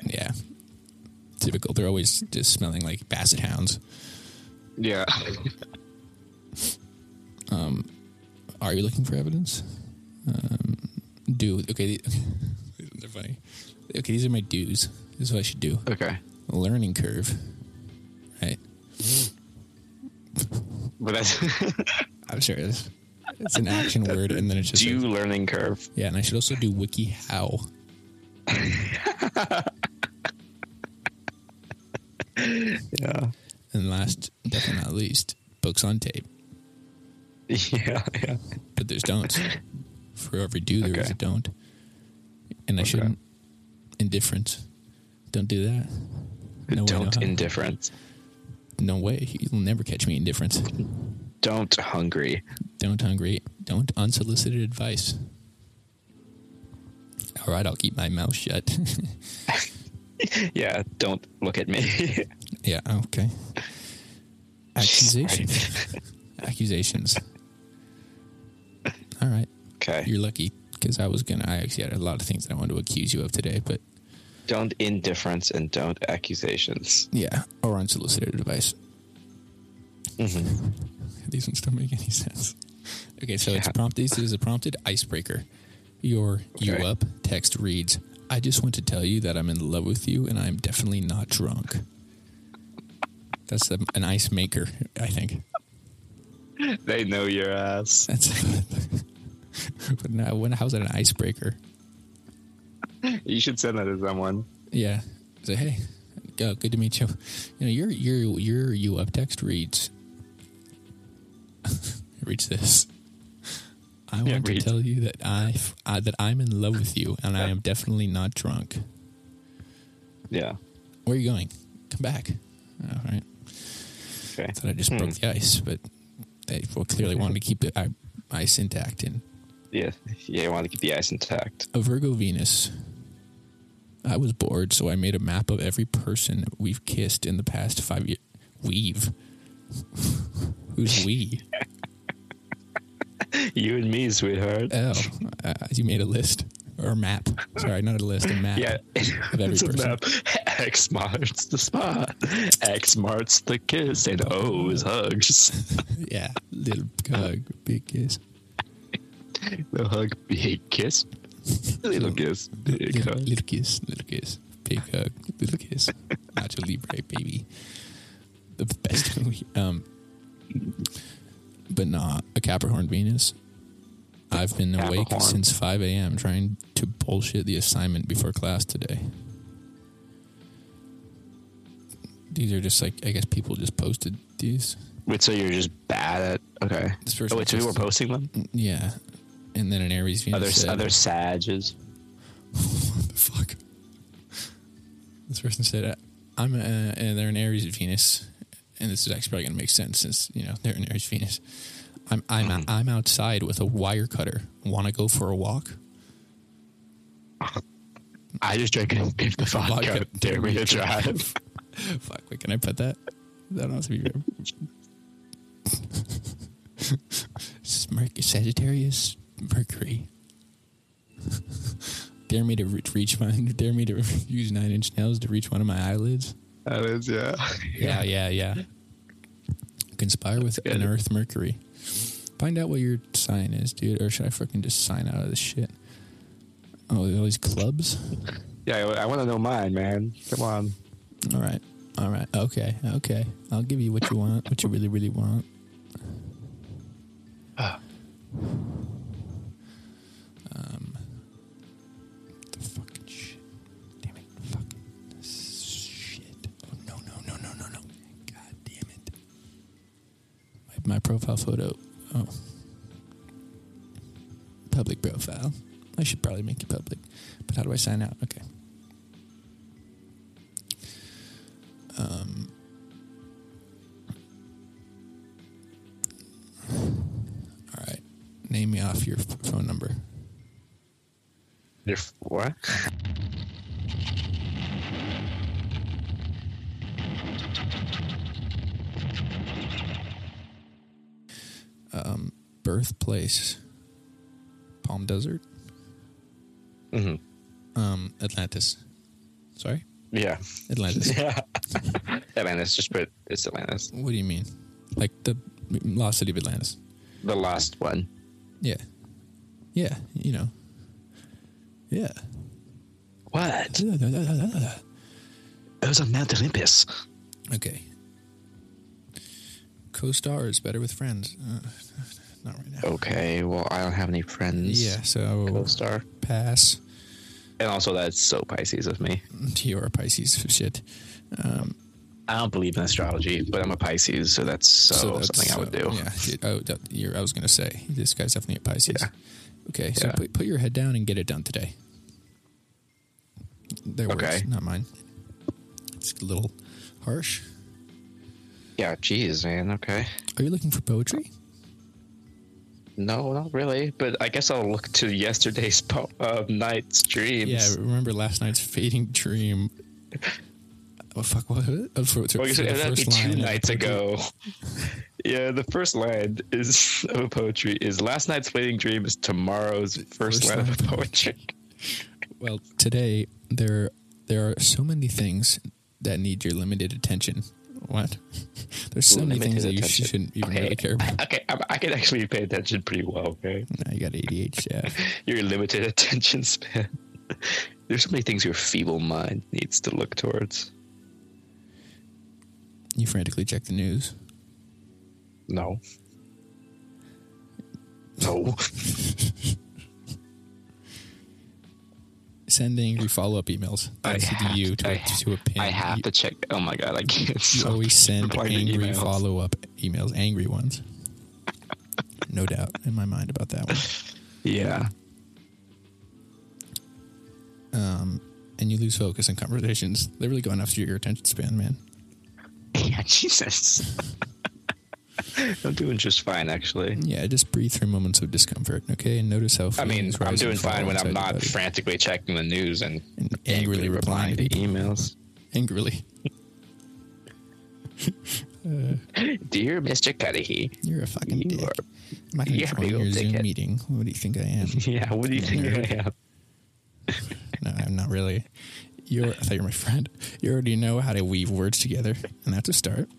Speaker 2: Yeah. Typical. They're always just smelling like basset hounds.
Speaker 1: Yeah.
Speaker 2: Are you looking for evidence? Um, do okay. the- They're funny. Okay, these are my dues. This is what I should do.
Speaker 1: Okay.
Speaker 2: Learning curve, right?
Speaker 1: But that's
Speaker 2: I'm sure it's, it's an action word, and then it's just
Speaker 1: due
Speaker 2: like-
Speaker 1: learning curve.
Speaker 2: yeah. And I should also do wiki how.
Speaker 1: Yeah.
Speaker 2: And last, definitely not least, books on tape.
Speaker 1: Yeah. Yeah.
Speaker 2: But there's don'ts. For every do, there is
Speaker 1: Okay.
Speaker 2: a don't. And I shouldn't. Indifference. Don't do that. No way,
Speaker 1: Don't
Speaker 2: no how.
Speaker 1: indifference.
Speaker 2: No way. You'll never catch me indifference.
Speaker 1: Don't hungry.
Speaker 2: Don't hungry. Don't unsolicited advice. All right, I'll keep my mouth shut.
Speaker 1: Yeah. Don't look at me.
Speaker 2: yeah, okay. Accusations. Accusations. All right.
Speaker 1: okay.
Speaker 2: You're lucky because I was going to, I actually had a lot of things that I wanted to accuse you of today, but
Speaker 1: Don't indifference and don't accusations.
Speaker 2: yeah, or unsolicited advice.
Speaker 1: Mm-hmm.
Speaker 2: These ones don't make any sense. Okay, so it's
Speaker 1: Yeah.
Speaker 2: prompt. This is a prompted icebreaker. Your you
Speaker 1: Okay.
Speaker 2: up text reads: "I just want to tell you that I'm in love with you, and I'm definitely not drunk." That's the, an ice maker, I think.
Speaker 1: They know your ass.
Speaker 2: That's but now, when, how's that an icebreaker?
Speaker 1: You should send that to someone.
Speaker 2: Yeah. Say, hey, go. Good to meet you. You know, your your your you up text reads reads this. I
Speaker 1: Yeah,
Speaker 2: want to
Speaker 1: read.
Speaker 2: tell you that I, f- I- that I'm in love with you, and I am definitely not drunk.
Speaker 1: Yeah.
Speaker 2: Where are you going? Come back. All right.
Speaker 1: Okay.
Speaker 2: Thought I just broke the ice, but they well, clearly wanted to keep the i- ice intact. And
Speaker 1: Yeah, yeah, I want to keep the ice intact.
Speaker 2: a Virgo Venus. I was bored, so I made a map of every person we've kissed in the past five years. We've. Who's we?
Speaker 1: You and me, sweetheart.
Speaker 2: Oh, uh, you made a list or a map. Sorry, not a list, a map.
Speaker 1: yeah,
Speaker 2: Of every
Speaker 1: it's a
Speaker 2: person.
Speaker 1: map. X marks the spot. X marks the kiss, and O is hugs.
Speaker 2: Yeah. Little hug, big kiss.
Speaker 1: Little hug, big kiss. Little kiss, big
Speaker 2: little,
Speaker 1: hug.
Speaker 2: little kiss, little kiss, big hug, little kiss. Nacho Libre, baby. The best movie. Um, but nah, a Capricorn Venus. I've been awake
Speaker 1: Capricorn.
Speaker 2: since 5 a.m. trying to bullshit the assignment before class today. These are just like, I guess people just posted these.
Speaker 1: Wait, so you're just bad at? Okay.
Speaker 2: This person
Speaker 1: Oh, wait, so we were
Speaker 2: just-
Speaker 1: posting them.
Speaker 2: Yeah. And then an Aries Venus.
Speaker 1: Other
Speaker 2: said,
Speaker 1: other sages.
Speaker 2: What the fuck? This person said, "I'm uh, and they're an Aries Venus, and this is actually probably gonna make sense since you know they're an Aries Venus. I'm I'm
Speaker 1: Mm-hmm.
Speaker 2: I'm outside with a wire cutter. Want to go for a walk?
Speaker 1: I just drank a fifth of vodka. Dare me to drive.
Speaker 2: Fuck, wait, can I put that? That has to be real. This is Merc- Sagittarius Mercury. dare me to re- reach my dare me to use nine inch nails to reach one of my eyelids.
Speaker 1: That is, yeah.
Speaker 2: Yeah, yeah, yeah. Conspire with
Speaker 1: good.
Speaker 2: an Earth Mercury. Find out what your sign is, dude, or should I fucking just sign out of this shit? Oh, all these clubs.
Speaker 1: Yeah, I, want to know mine, man. Come on.
Speaker 2: All right, all right, okay, okay. I'll give you what you want, what you really, really want. Um, the fucking shit. Damn it, fucking shit. Oh no, no, no, no, no, no. God damn it. My, my profile photo. Oh. Public profile. I should probably make it public. But how do I sign out? Okay. Um, all right. Name me off your f- phone number.
Speaker 1: Your f- what?
Speaker 2: Birthplace Palm Desert,
Speaker 1: hmm
Speaker 2: um, Atlantis. Sorry?
Speaker 1: Yeah.
Speaker 2: Atlantis.
Speaker 1: Yeah. Atlantis. Just put it's Atlantis.
Speaker 2: what do you mean? Like the lost city of Atlantis.
Speaker 1: The last one.
Speaker 2: Yeah. Yeah, you know. Yeah.
Speaker 1: What? It was on Mount Olympus.
Speaker 2: Okay. Co-star is better with friends. Uh, not right now.
Speaker 1: Okay, well, I don't have any friends.
Speaker 2: Yeah, so I will
Speaker 1: star.
Speaker 2: pass.
Speaker 1: And also, that's so Pisces of me.
Speaker 2: to your Pisces shit.
Speaker 1: I don't believe in astrology, but I'm a Pisces, so that's so,
Speaker 2: that's-
Speaker 1: something I would
Speaker 2: so,
Speaker 1: do.
Speaker 2: Yeah. shit. Oh, that, you're, I was gonna say this guy's definitely a Pisces.
Speaker 1: Yeah.
Speaker 2: Okay, so
Speaker 1: Yeah.
Speaker 2: put, put your head down and get it done today. Their
Speaker 1: Okay.
Speaker 2: words, not mine. It's a little harsh.
Speaker 1: Yeah, geez, man. Okay.
Speaker 2: Are you looking for poetry?
Speaker 1: No, not really. But I guess I'll look to yesterday's po- uh, night's dreams.
Speaker 2: Yeah, I remember last night's fading dream. Oh fuck! What? Oh, for, for,
Speaker 1: Well, I guess
Speaker 2: for the
Speaker 1: that'd be
Speaker 2: first
Speaker 1: two
Speaker 2: line of
Speaker 1: nights
Speaker 2: poetry.
Speaker 1: ago. yeah, the first line is of poetry is last night's fleeting dream is tomorrow's first,
Speaker 2: First
Speaker 1: line
Speaker 2: line.
Speaker 1: of poetry.
Speaker 2: Well, today there there are so many things that need your limited attention. What? There's so many things
Speaker 1: Limited
Speaker 2: that you sh-
Speaker 1: attention.
Speaker 2: shouldn't even
Speaker 1: Okay.
Speaker 2: really care about.
Speaker 1: Okay, I, I can actually pay attention pretty well. Okay,
Speaker 2: No, you got ADHD.
Speaker 1: your limited attention span. There's so many things your feeble mind needs to look towards.
Speaker 2: you frantically check the news.
Speaker 1: No. No.
Speaker 2: Send angry follow up emails.
Speaker 1: I
Speaker 2: That's
Speaker 1: have
Speaker 2: to you to,
Speaker 1: I
Speaker 2: a-
Speaker 1: ha-
Speaker 2: to a pin.
Speaker 1: I have
Speaker 2: you,
Speaker 1: to check. Oh my god, I can't.
Speaker 2: you always send
Speaker 1: replying to
Speaker 2: angry
Speaker 1: emails.
Speaker 2: follow up emails, angry ones. No doubt in my mind about that one.
Speaker 1: Yeah.
Speaker 2: Um, and you lose focus in conversations. They're really going after your attention span, man.
Speaker 1: Yeah, Jesus. I'm doing just fine, actually.
Speaker 2: Yeah, just breathe through moments of discomfort, okay? And notice how.
Speaker 1: I mean,
Speaker 2: feelings
Speaker 1: I'm
Speaker 2: rise and
Speaker 1: doing
Speaker 2: fall
Speaker 1: fine when I'm
Speaker 2: inside your
Speaker 1: not
Speaker 2: body.
Speaker 1: frantically checking the news and,
Speaker 2: And angrily replying to
Speaker 1: to e- emails.
Speaker 2: angrily.
Speaker 1: Dear Mr. Cudahy,
Speaker 2: You're a fucking
Speaker 1: You
Speaker 2: dick.
Speaker 1: are-
Speaker 2: I'm not gonna
Speaker 1: you're a
Speaker 2: join
Speaker 1: big
Speaker 2: your
Speaker 1: old
Speaker 2: Zoom
Speaker 1: dickhead.
Speaker 2: meeting. What do you think I am?
Speaker 1: yeah, what do you think I am?
Speaker 2: no, I'm not really. You're. I thought you were my friend. You already know how to weave words together, and that's a start.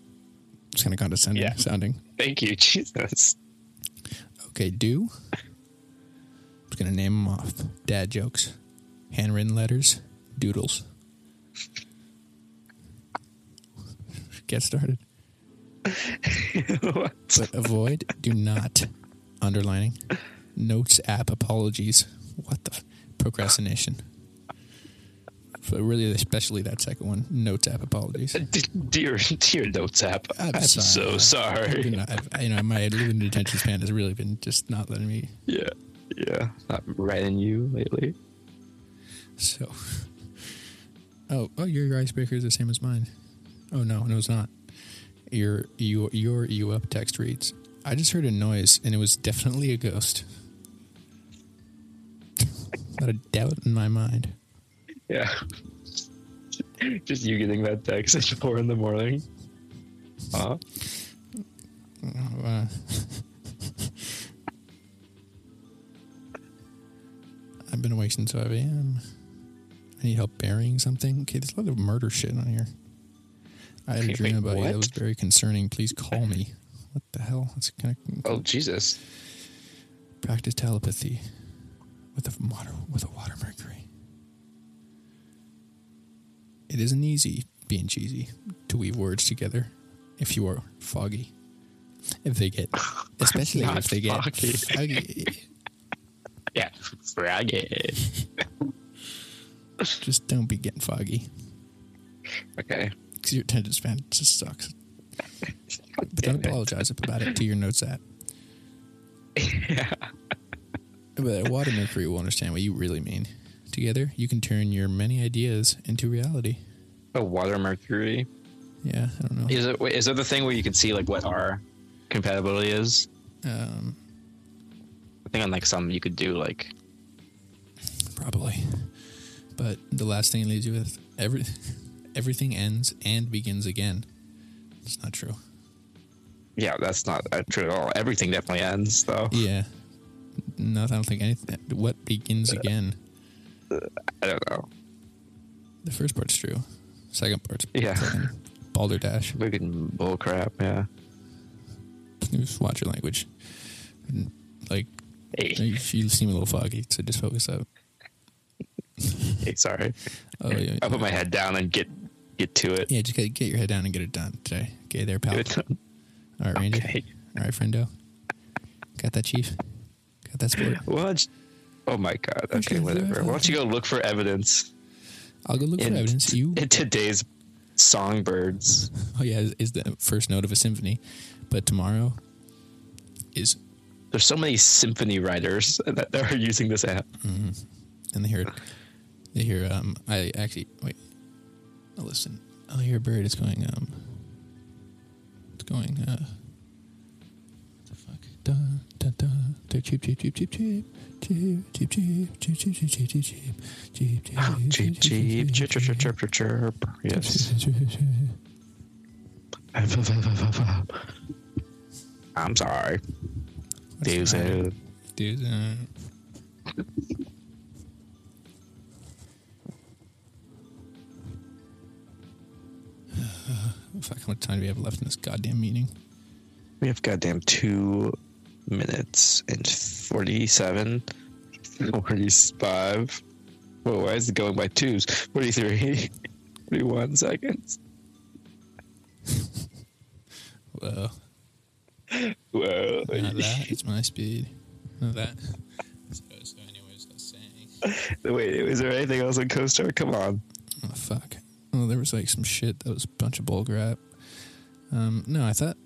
Speaker 2: It's kind of condescending
Speaker 1: Yeah.
Speaker 2: sounding.
Speaker 1: Thank you, Jesus.
Speaker 2: Okay, do. I'm just gonna name them off. Dad jokes, handwritten letters, doodles. Get started.
Speaker 1: What?
Speaker 2: But avoid, do not, underlining, notes app apologies. What the f- procrastination. But really, especially that second one, notes app apologies.
Speaker 1: D- dear, dear notes app.
Speaker 2: I'm
Speaker 1: I'm,
Speaker 2: sorry.
Speaker 1: so
Speaker 2: You
Speaker 1: sorry.
Speaker 2: know, I've, I- you know, my limited attention span has really been just not letting me.
Speaker 1: Yeah, yeah. Not writing you lately.
Speaker 2: So, oh, oh, your icebreaker is the same as mine. Oh no, no, it's not. Your you your you up text reads. I just heard a noise, and it was definitely a ghost. Not a doubt in my mind.
Speaker 1: Yeah. Just you getting that text at four in the morning. Huh?
Speaker 2: Uh, I've been awake since 5 a.m. I need help burying something. Okay, there's a lot of murder shit on here. I had a
Speaker 1: Okay,
Speaker 2: dream
Speaker 1: wait,
Speaker 2: about you that
Speaker 1: what?
Speaker 2: was very concerning. Please call me. What the hell? That's kind of
Speaker 1: Oh Jesus.
Speaker 2: practice telepathy with a water with a water mercury. It isn't easy being cheesy to weave words together if you are foggy. If they get, especially
Speaker 1: not
Speaker 2: if they get
Speaker 1: foggy.
Speaker 2: foggy.
Speaker 1: Yeah. Frag it.
Speaker 2: just don't be getting foggy
Speaker 1: Okay.
Speaker 2: because your attention span just sucks. But
Speaker 1: Damn it.
Speaker 2: don't apologize about it to your notes app. But a water mercury will understand what you really mean. Together, you can turn your many ideas into reality.
Speaker 1: Oh, water mercury.
Speaker 2: Yeah, I don't know.
Speaker 1: Is it? Wait, is that the thing where you can see like what our compatibility is?
Speaker 2: Um,
Speaker 1: I think on like some you could do like
Speaker 2: probably. But the last thing it leaves you with every everything ends and begins again. It's not true.
Speaker 1: yeah, that's not uh, true at all. Everything definitely ends though.
Speaker 2: Yeah. No, I don't think anything. What begins again?
Speaker 1: I don't know.
Speaker 2: The first part's true. Second part's
Speaker 1: Yeah.
Speaker 2: fucking balderdash.
Speaker 1: We can bull crap. Yeah.
Speaker 2: Just watch your language. Like
Speaker 1: Hey,
Speaker 2: you you seem a little foggy, so just focus up.
Speaker 1: hey sorry.
Speaker 2: Oh yeah.
Speaker 1: I put my head down and get get to it.
Speaker 2: Yeah, just get get your head down and get it done today. Okay, there, pal.
Speaker 1: Get it done.
Speaker 2: All right, Ranger.
Speaker 1: Okay.
Speaker 2: All right, friendo. Got that, Chief. Got that sport.
Speaker 1: Well, it's- oh my god. Okay,
Speaker 2: Okay,
Speaker 1: whatever. Why don't you go look for evidence
Speaker 2: I'll go look for
Speaker 1: in,
Speaker 2: evidence. You.
Speaker 1: in today's songbirds?
Speaker 2: Oh yeah, is, is the first note of a symphony, but tomorrow is
Speaker 1: There's so many symphony writers that that are using this app.
Speaker 2: and they hear it. They hear um. I actually wait. I'll listen. I'll hear a bird. It's going um. It's going uh. what The fuck. Da da da. da cheep cheep cheep cheep cheep. Cheep cheep cheep cheep cheep cheep cheep cheep cheep cheep
Speaker 1: Cheep, cheep,
Speaker 2: cheep
Speaker 1: chirp, chirp, chirp, chirp, chirp, chirp. Yes. I'm sorry. These are-
Speaker 2: Dude, Uh, Fuck, how much time do we have left in this goddamn meeting?
Speaker 1: We have goddamn two minutes and 47, 45. Whoa, why is it going by twos? 43, 41 seconds.
Speaker 2: Whoa.
Speaker 1: Whoa.
Speaker 2: Not that. It's my speed. Not that. So, so anyways, I was saying.
Speaker 1: Wait, is there anything else on CoStar? Come on.
Speaker 2: Oh, fuck. Oh, there was like some shit that was a bunch of bull crap. Um, no, I thought.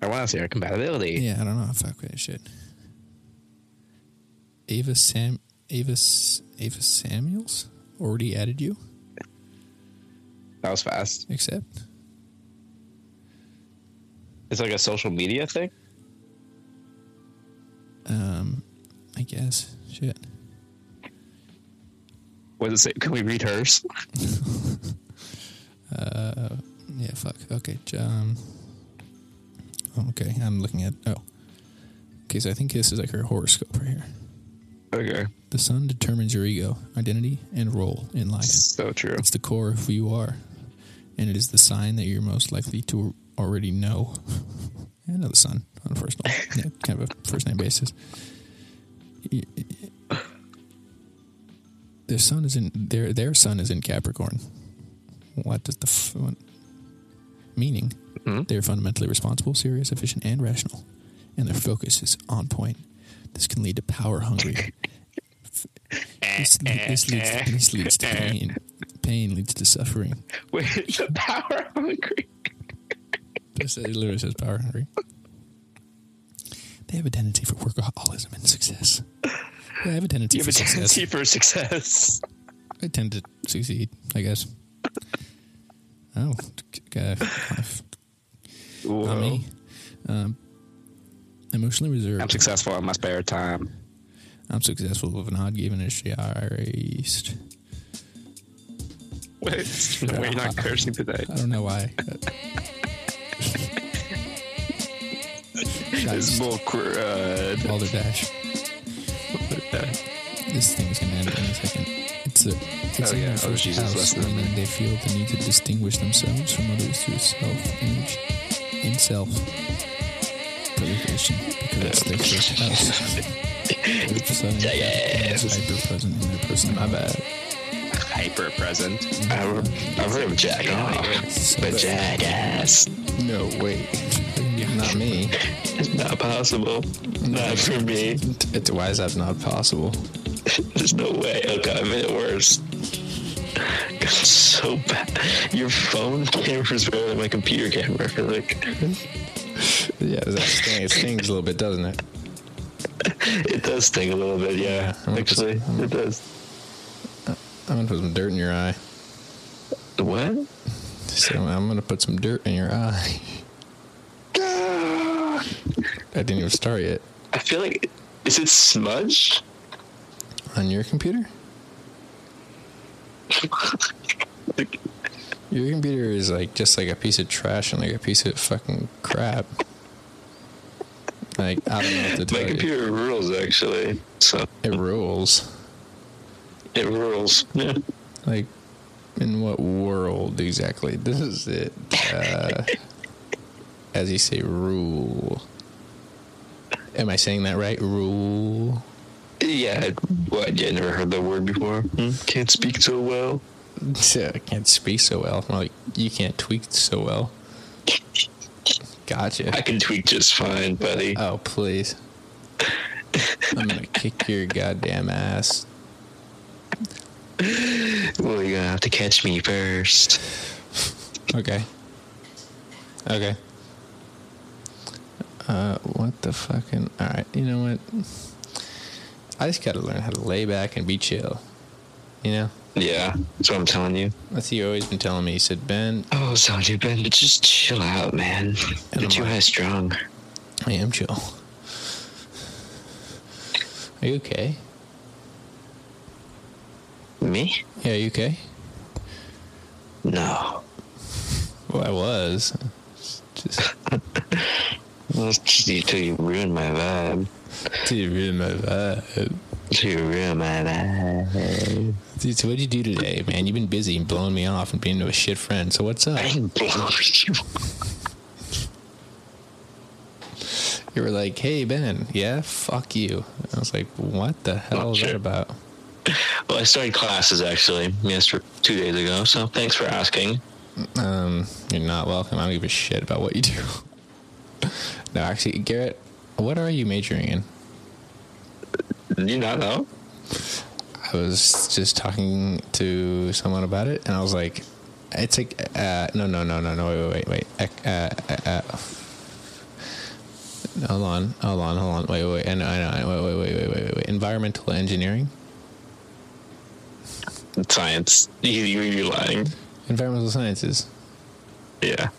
Speaker 1: I want to see our compatibility.
Speaker 2: Yeah, I don't know. Fuck that shit. Ava Sam. Ava. S- Ava Samuels already added you.
Speaker 1: That was fast.
Speaker 2: Accept.
Speaker 1: It's like a social media thing.
Speaker 2: Um, I guess. Shit.
Speaker 1: What does it say? Can we read hers?
Speaker 2: Yeah, fuck. Okay, j- um. oh, Okay, I'm looking at. Oh. Okay, so I think this is like her horoscope right here.
Speaker 1: Okay.
Speaker 2: The sun determines your ego, identity, and role in life.
Speaker 1: So true.
Speaker 2: It's the core of who you are, and it is the sign that you're most likely to already know. I know the sun on a first yeah, kind of a first name basis. Y- y- Their sun is in their their sun is in Capricorn. What does the f- what- meaning? They're fundamentally responsible, serious, efficient, and rational, and their focus is on point. This can lead to power hungry this, le- this, leads, this leads to pain. Pain leads to suffering.
Speaker 1: Wait, the power hungry.
Speaker 2: This it literally says power hungry. They have a tendency for workaholism and success. They have a tendency
Speaker 1: You have a
Speaker 2: for success.
Speaker 1: tendency for success.
Speaker 2: I tend to succeed, I guess. Oh, okay. not
Speaker 1: Whoa.
Speaker 2: me. Um, emotionally reserved.
Speaker 1: I'm successful in my spare time.
Speaker 2: I'm successful with an odd given a shirist.
Speaker 1: Wait, no, wait, you're not cursing today.
Speaker 2: I don't know why.
Speaker 1: It's more cr- uh,
Speaker 2: Balderdash. This thing is going to end in a second. It's a, it's
Speaker 1: Oh,
Speaker 2: in
Speaker 1: yeah.
Speaker 2: their
Speaker 1: Oh,
Speaker 2: first
Speaker 1: Jesus, less than a
Speaker 2: house, meaning
Speaker 1: minute.
Speaker 2: they feel the need to distinguish themselves from others through self-image and self-preservation because it's their first house. Their persona is hyper-present in their personality.
Speaker 1: hyper present. I've, I've heard of Jack off, but jackass.
Speaker 4: No, wait. Not me.
Speaker 1: It's not possible. Not for me.
Speaker 4: It, why is that not possible?
Speaker 1: There's no way. Okay, I made it worse. It's so bad. Your phone camera is better than my computer camera. Like,
Speaker 4: Yeah, that sting, it stings a little bit, doesn't it?
Speaker 1: it does sting a little bit, yeah.
Speaker 4: I'm gonna put-
Speaker 1: Actually, it does.
Speaker 4: I'm gonna put some dirt in your eye.
Speaker 1: What?
Speaker 4: So I'm gonna put some dirt in your eye. I didn't even start yet.
Speaker 1: I feel like. Is it smudge?
Speaker 4: On your computer?
Speaker 1: Like,
Speaker 4: Your computer is like just like a piece of trash and like a piece of fucking crap. Like I don't know what to tell
Speaker 1: my computer rules, actually. So,
Speaker 4: you. It rules.
Speaker 1: it rules. Yeah.
Speaker 4: Like in what world exactly does it uh, as you say rule? Am I saying that right? Rule.
Speaker 1: Yeah, what? Yeah, never heard that word before. Hmm? Can't speak so well.
Speaker 4: Yeah, I can't speak so well. I'm like you can't tweak so well. Gotcha.
Speaker 1: I can tweak just fine, buddy.
Speaker 4: Oh, please. I'm gonna kick your goddamn ass.
Speaker 1: Well, you're gonna have to catch me first.
Speaker 4: Okay. Okay. Uh, what the fucking. Alright, you know what? I just gotta learn how to lay back and be chill. You know?
Speaker 1: Yeah, that's what I'm telling you.
Speaker 4: That's what you always been telling me. You said, Ben,
Speaker 1: Oh, Sanjay Ben, but just chill out, man.
Speaker 4: And
Speaker 1: You're
Speaker 4: I'm
Speaker 1: too
Speaker 4: like-
Speaker 1: high strung.
Speaker 4: I am chill. Are you okay?
Speaker 1: Me?
Speaker 4: Yeah, you okay?
Speaker 1: No.
Speaker 4: Well, I was. Just.
Speaker 1: Well, it's just until you ruin my vibe.
Speaker 4: Dude, really my vibe.
Speaker 1: Until you ruin my vibe.
Speaker 4: Dude, so what'd you do today, man? You've been busy and blowing me off and being a shit friend. So what's up?
Speaker 1: I can blow you.
Speaker 4: You were like, "Hey Ben, yeah, fuck you." I was like, "What the hell
Speaker 1: Oh,
Speaker 4: is that
Speaker 1: shit.
Speaker 4: about?"
Speaker 1: Well, I started classes actually yesterday, two days ago. So thanks for asking.
Speaker 4: Um, you're not welcome. I don't give a shit about what you do. no, actually, Garrett, what are you majoring in?
Speaker 1: Did you not know?
Speaker 4: I was just talking to someone about it, and I was like, "It's like, uh, no, no, no, no, no, wait, wait, wait, wait." Ec- Uh, uh, uh, hold on, hold on, hold on, wait, wait, wait, I know, I know, I know, wait, wait, wait, wait, wait, wait, wait. Environmental engineering,
Speaker 1: Science. You, you, you're lying.
Speaker 4: environmental sciences.
Speaker 1: Yeah.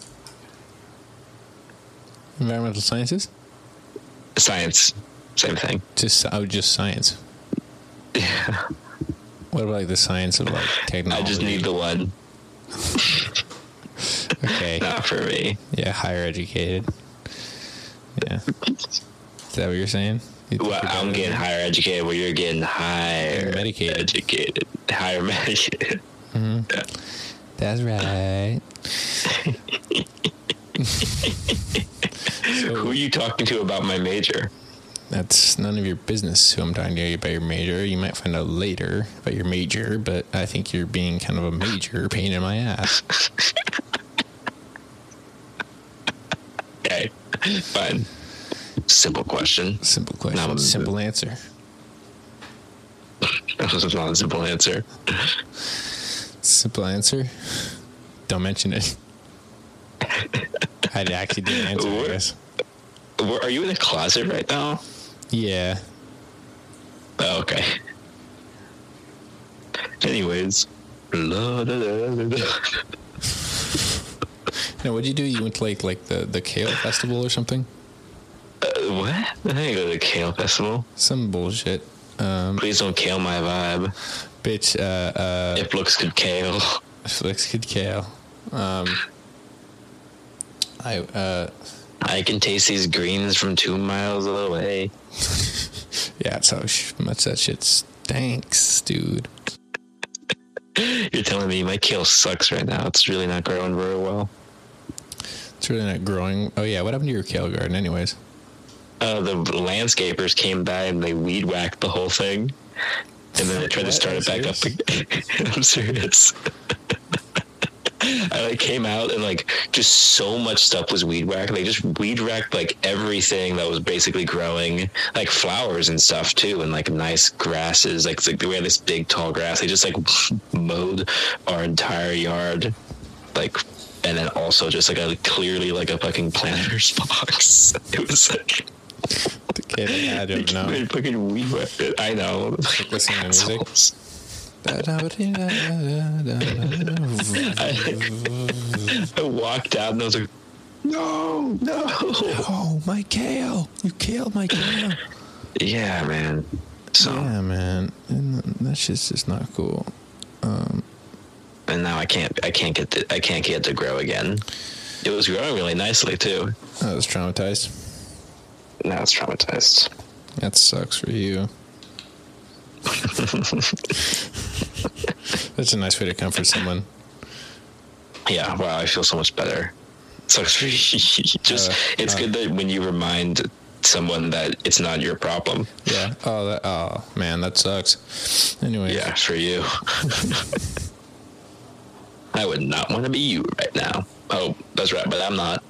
Speaker 2: Environmental sciences?
Speaker 1: Science, same thing.
Speaker 2: Just oh, just science. What about like the science of like
Speaker 1: I
Speaker 2: technology?
Speaker 1: just need the one.
Speaker 2: okay.
Speaker 1: Not for me.
Speaker 2: Yeah, higher educated. Yeah. Is that what you're saying? You think
Speaker 1: Well,
Speaker 2: you're better
Speaker 1: I'm
Speaker 2: than
Speaker 1: getting
Speaker 2: me?
Speaker 1: higher educated. Well, you're getting higher
Speaker 2: Medicated.
Speaker 1: educated, higher medicated. Mm-hmm.
Speaker 2: That's right.
Speaker 1: Who are
Speaker 2: so
Speaker 1: you talking to about my major?
Speaker 2: that's none of your business who I'm talking to you about your major. You might find out later about your major, but I think you're being kind of a major pain in my ass.
Speaker 1: Okay, fine. Simple question.
Speaker 2: Simple question.
Speaker 1: No, I'm-
Speaker 2: simple answer.
Speaker 1: That was not a simple answer.
Speaker 2: Simple answer. Don't mention it. I actually didn't answer, I
Speaker 1: What?
Speaker 2: guess.
Speaker 1: Where- Are you in a closet right now?
Speaker 2: Yeah.
Speaker 1: Oh, okay. Anyways. La, da, da, da, da.
Speaker 2: Now, what'd you do? You went to like like the the kale festival or something?
Speaker 1: Uh, what? I didn't go to the Kale Festival.
Speaker 2: Some bullshit,
Speaker 1: Please don't kale my vibe.
Speaker 2: bitch. Uh, uh,
Speaker 1: If looks could kale.
Speaker 2: Flex Kid Kale. Um, I uh,
Speaker 1: I can taste these greens from two miles away.
Speaker 2: yeah. That's how sh- much that shit stinks, dude.
Speaker 1: You're telling me my kale sucks right now. It's really not growing very well.
Speaker 2: It's really not growing. Oh yeah, what happened to your kale garden, anyways?
Speaker 1: Uh, the landscapers came by and they weed whacked the whole thing. And then they tried to
Speaker 2: What?
Speaker 1: start
Speaker 2: Are
Speaker 1: it
Speaker 2: you
Speaker 1: back up again. I'm serious. I like came out and like just so much stuff was weed whacked. They just weed whacked like everything that was basically growing, like flowers and stuff too, and like nice grasses. Like, like we had this big tall grass. They just like mowed our entire yard, like, and then also just like a clearly like a fucking planter's box. It was like
Speaker 2: The kid I don't know.
Speaker 1: they fucking weed whacked it. I know.
Speaker 2: Listen to music.
Speaker 1: Assholes. I walked out and I was like, no, no.
Speaker 2: oh my kale! You killed my kale.
Speaker 1: Yeah, man. So,
Speaker 2: Yeah, man. And that shit's just not cool.
Speaker 1: and now I can't, I can't get, the, I can't get it to grow again. It was growing really nicely too.
Speaker 2: I was traumatized.
Speaker 1: Now it's traumatized.
Speaker 2: That sucks for you. That's a nice way to comfort someone.
Speaker 1: Yeah. Wow. I feel so much better. Sucks for you. Just,
Speaker 2: Uh,
Speaker 1: it's
Speaker 2: uh.
Speaker 1: good that when you remind someone that it's not your problem.
Speaker 2: Yeah. Oh, that, oh man, that sucks. Anyway.
Speaker 1: Yeah, for you. I would not want to be you right now. Oh, that's right, but I'm not.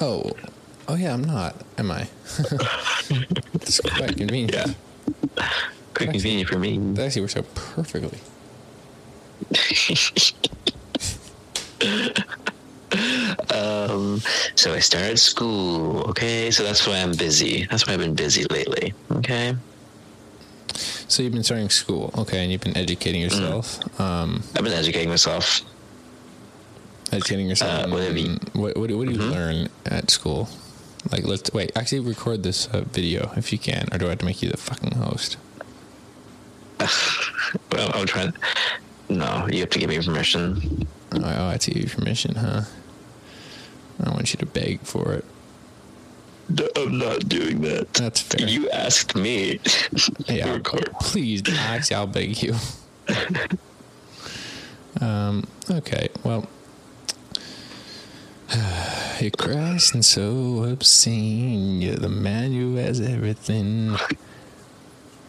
Speaker 2: Oh. Oh yeah, I'm not. Am I? It's quite convenient.
Speaker 1: Yeah. Quick and convenient for me.
Speaker 2: That actually works out perfectly.
Speaker 1: So I started school, okay? So that's why I'm busy. That's why I've been busy lately, okay?
Speaker 2: So you've been starting school, okay, and you've been educating
Speaker 1: Mm-hmm.
Speaker 2: yourself. Um,
Speaker 1: I've been educating myself.
Speaker 2: educating yourself.
Speaker 1: Uh, what have you- Mm-hmm.
Speaker 2: in- what, what, do- what do you learn at school? Like, let's wait. Actually, record this uh, video if you can, or do I have to make you the fucking host?
Speaker 1: Well, I'm trying. No, you have to give me permission.
Speaker 2: Oh, oh, I see your permission, huh? I want you to beg for it.
Speaker 1: No, I'm not doing that.
Speaker 2: That's fair.
Speaker 1: You asked me.
Speaker 2: Yeah, I'll-
Speaker 1: Record.
Speaker 2: please, Alex, I'll beg you. um, okay, well, you're crashing so obscene. You're the man who has everything,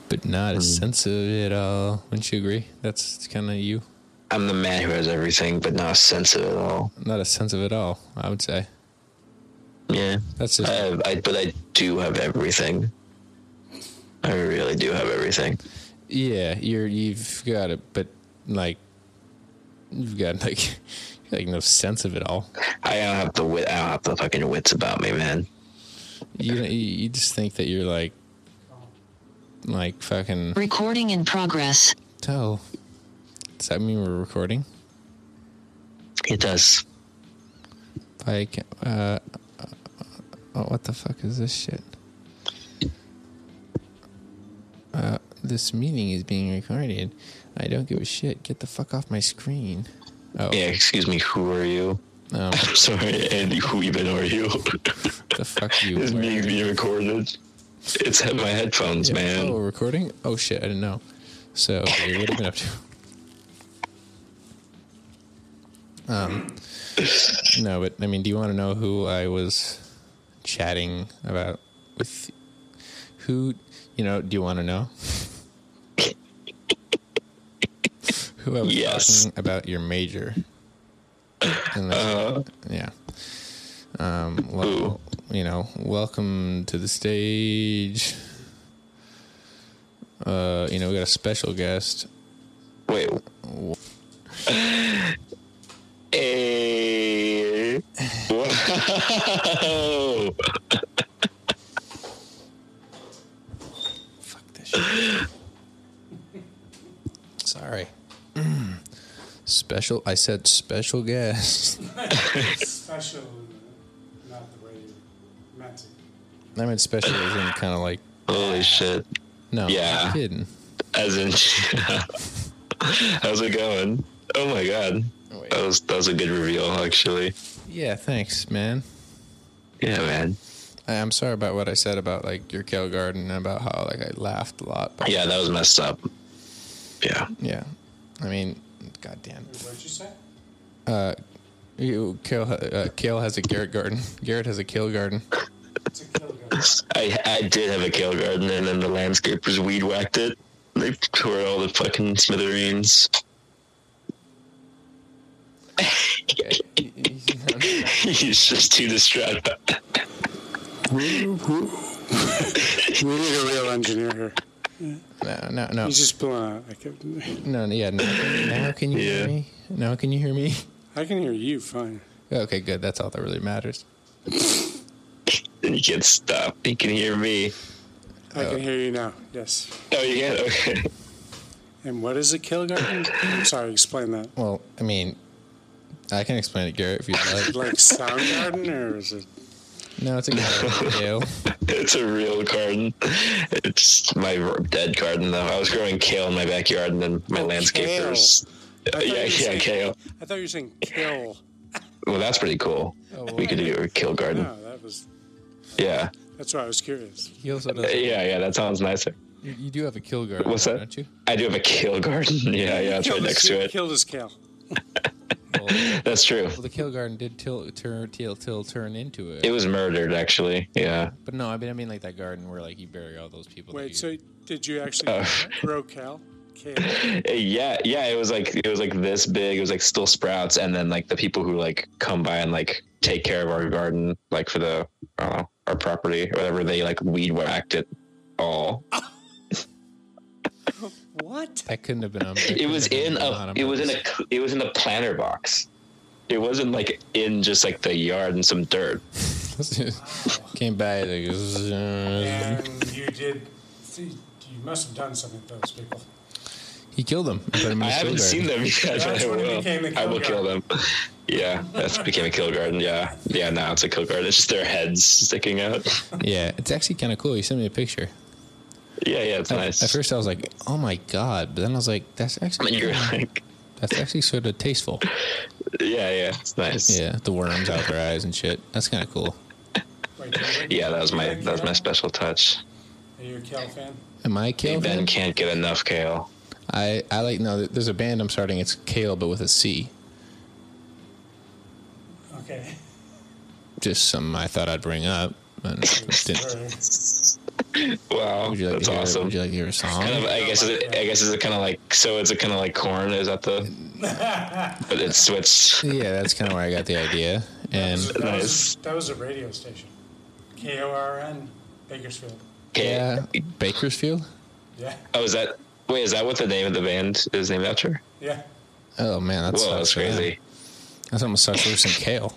Speaker 2: but not a sense of it all. Wouldn't you agree? That's kind of you.
Speaker 1: I'm the man who has everything, but not a sense of it all.
Speaker 2: Not a sense of it all, I would say.
Speaker 1: Yeah.
Speaker 2: That's just.
Speaker 1: I have, I, but I do have everything. I really do have everything.
Speaker 2: Yeah, you're you've got it, but like you've got like like no sense of it all.
Speaker 1: I don't have the wit. I don't have the fucking wits about me, man.
Speaker 2: You don't- you, you just think that you're like like fucking
Speaker 3: Recording in progress.
Speaker 2: oh. Does that mean we're recording?
Speaker 1: It does.
Speaker 2: Like uh Oh, what the fuck is this shit? Uh, this meeting is being recorded. I don't give a shit. Get the fuck off my screen. Oh,
Speaker 1: Yeah, excuse me, who are you?
Speaker 2: no.
Speaker 1: I'm sorry, Andy, who even are you?
Speaker 2: the fuck you.
Speaker 1: this
Speaker 2: where-
Speaker 1: being being recorded. It's at my headphones,
Speaker 2: Yeah.
Speaker 1: man.
Speaker 2: Oh, we're recording? Oh shit, I didn't know. So, okay, what have you been up to? Um, no, but I mean, do you want to know who I was chatting about with? Who, you know, do you want to know? who I was
Speaker 1: Yes.
Speaker 2: talking about your major? And that's- yeah. Um, well, you know, welcome to the stage. Uh, you know, we got a special guest.
Speaker 1: Wait. Hey. Whoa.
Speaker 2: Fuck this shit. Sorry. special. I said special guest.
Speaker 5: special, not the way you meant it.
Speaker 2: I meant special as in kind of like
Speaker 1: Holy shit.
Speaker 2: no.
Speaker 1: Yeah.
Speaker 2: I'm kidding.
Speaker 1: As in, how's it going? Oh my god.
Speaker 2: Oh, wait.
Speaker 1: That was that was a good reveal, actually.
Speaker 2: Yeah. Thanks, man.
Speaker 1: Yeah, man.
Speaker 2: I, I'm sorry about what I said about like your Kell garden and about how like I laughed a lot. But,
Speaker 1: Yeah, that was messed up. Yeah.
Speaker 2: yeah. I mean, goddamn.
Speaker 5: Wait, What'd you say?
Speaker 2: You, Kale, uh, Kale has a Garrett garden. Garrett has a Kale garden.
Speaker 5: It's a kill gun.
Speaker 1: I I did have a kale garden, and then the landscapers weed whacked it. They tore all the fucking smithereens. He's just too distraught.
Speaker 5: We need a real engineer here.
Speaker 2: No, no, no,
Speaker 5: He's just blowing out. I can,
Speaker 2: no. Yeah, no. now can you
Speaker 1: Yeah.
Speaker 2: hear me? Now can you hear me?
Speaker 5: I can hear you fine.
Speaker 2: Okay, good. That's all that really matters.
Speaker 1: He can't stop. He can hear me.
Speaker 5: I can hear you now. Yes.
Speaker 1: Oh, you can. Okay.
Speaker 5: And what is a kill garden? I'm sorry, explain that.
Speaker 2: Well, I mean, I can explain it, Garrett, if you'd like.
Speaker 5: Like sound garden or is it?
Speaker 2: no, it's a Kale. Kale.
Speaker 1: It's a real garden. It's my dead garden, though. I was growing kale in my backyard, and then my
Speaker 5: Oh,
Speaker 1: landscapers.
Speaker 5: I thought
Speaker 1: Yeah,
Speaker 5: you were
Speaker 1: yeah,
Speaker 5: saying-
Speaker 1: kale.
Speaker 5: I thought you were saying kill.
Speaker 1: Well, that's pretty cool.
Speaker 2: Oh,
Speaker 1: we could do a kill garden.
Speaker 5: No, that was.
Speaker 1: Yeah. Uh,
Speaker 5: That's why I was curious.
Speaker 2: He also does.
Speaker 1: Yeah, yeah, that sounds nicer.
Speaker 2: You, you do have a Kale garden,
Speaker 1: What's that?
Speaker 2: don't you?
Speaker 1: I do have a kill garden. Yeah, yeah, it's
Speaker 5: Kill
Speaker 1: right
Speaker 5: this-
Speaker 1: next to it.
Speaker 5: Kill this kale.
Speaker 2: Well, well,
Speaker 1: That's true.
Speaker 2: the Kale garden did till turn till till turn into it.
Speaker 1: It was murdered, actually. Yeah.
Speaker 2: But no, I mean, I mean like that garden where like you bury all those people. that you-
Speaker 5: Wait, so did you actually
Speaker 1: Oh.
Speaker 5: grow kale? Kale.
Speaker 1: Uh, Yeah, yeah. It was like it was like this big. It was like still sprouts, and then like the people who like come by and like take care of our garden, like for the I don't know, our property or whatever, they like weed whacked it all.
Speaker 5: What?
Speaker 2: that couldn't have been on. that
Speaker 1: It
Speaker 2: couldn't
Speaker 1: was
Speaker 2: have been
Speaker 1: in
Speaker 2: on
Speaker 1: a it was in
Speaker 2: purpose.
Speaker 1: a it was in a planter box. It wasn't like in just like the yard and some dirt.
Speaker 2: Came by like, "Zzz."
Speaker 5: And you did. You must have done something to those people.
Speaker 2: he killed them. and put 'em in
Speaker 1: I
Speaker 2: his
Speaker 1: haven't
Speaker 2: field
Speaker 1: seen
Speaker 2: garden.
Speaker 1: them yet. but
Speaker 5: That's
Speaker 1: I
Speaker 5: when it
Speaker 1: will.
Speaker 5: became a
Speaker 1: I will kill
Speaker 5: kill
Speaker 1: them. Yeah, that's became a kill garden. Yeah, yeah. Now it's a kill garden. It's just their heads sticking out.
Speaker 2: Yeah, it's actually kind of cool. He sent me a picture.
Speaker 1: Yeah, yeah. It's
Speaker 2: At-
Speaker 1: nice.
Speaker 2: At first, I was like, "Oh my god!" But then I was like, "That's
Speaker 1: And
Speaker 2: actually
Speaker 1: you're like,
Speaker 2: that's actually sort of tasteful."
Speaker 1: yeah, yeah. It's nice.
Speaker 2: Yeah, the worms out their eyes and shit. That's kind of cool.
Speaker 5: Wait, did you-
Speaker 1: Yeah, that was my that was my
Speaker 5: Kale?
Speaker 1: special touch.
Speaker 5: Are you a Cal fan?
Speaker 2: Am I kale?
Speaker 1: Ben
Speaker 2: fan?
Speaker 1: can't get enough kale.
Speaker 2: I I like no. There's a band I'm starting. It's Kale, but with a C.
Speaker 5: Okay.
Speaker 2: Just something I thought I'd bring up. But didn't.
Speaker 5: Or-
Speaker 1: Wow,
Speaker 2: Would you like
Speaker 1: that's
Speaker 2: to hear,
Speaker 1: awesome.
Speaker 2: Would you like to hear a song?
Speaker 1: Kind of, I guess. Is it, I guess is it kind of like so? Is it kind of like corn? Is that the? but it's switched.
Speaker 2: yeah, that's kind of where I got the idea. And
Speaker 5: that, was
Speaker 1: Nice.
Speaker 5: a, that was a radio station. KORN, Bakersfield.
Speaker 1: Kale.
Speaker 2: yeah, Bakersfield.
Speaker 5: Yeah.
Speaker 1: Oh, is that? Wait, is that what the name of the band is named after?
Speaker 5: Yeah.
Speaker 2: Oh man, that's
Speaker 1: Whoa, that's crazy.
Speaker 2: That's almost sucks worse than kale.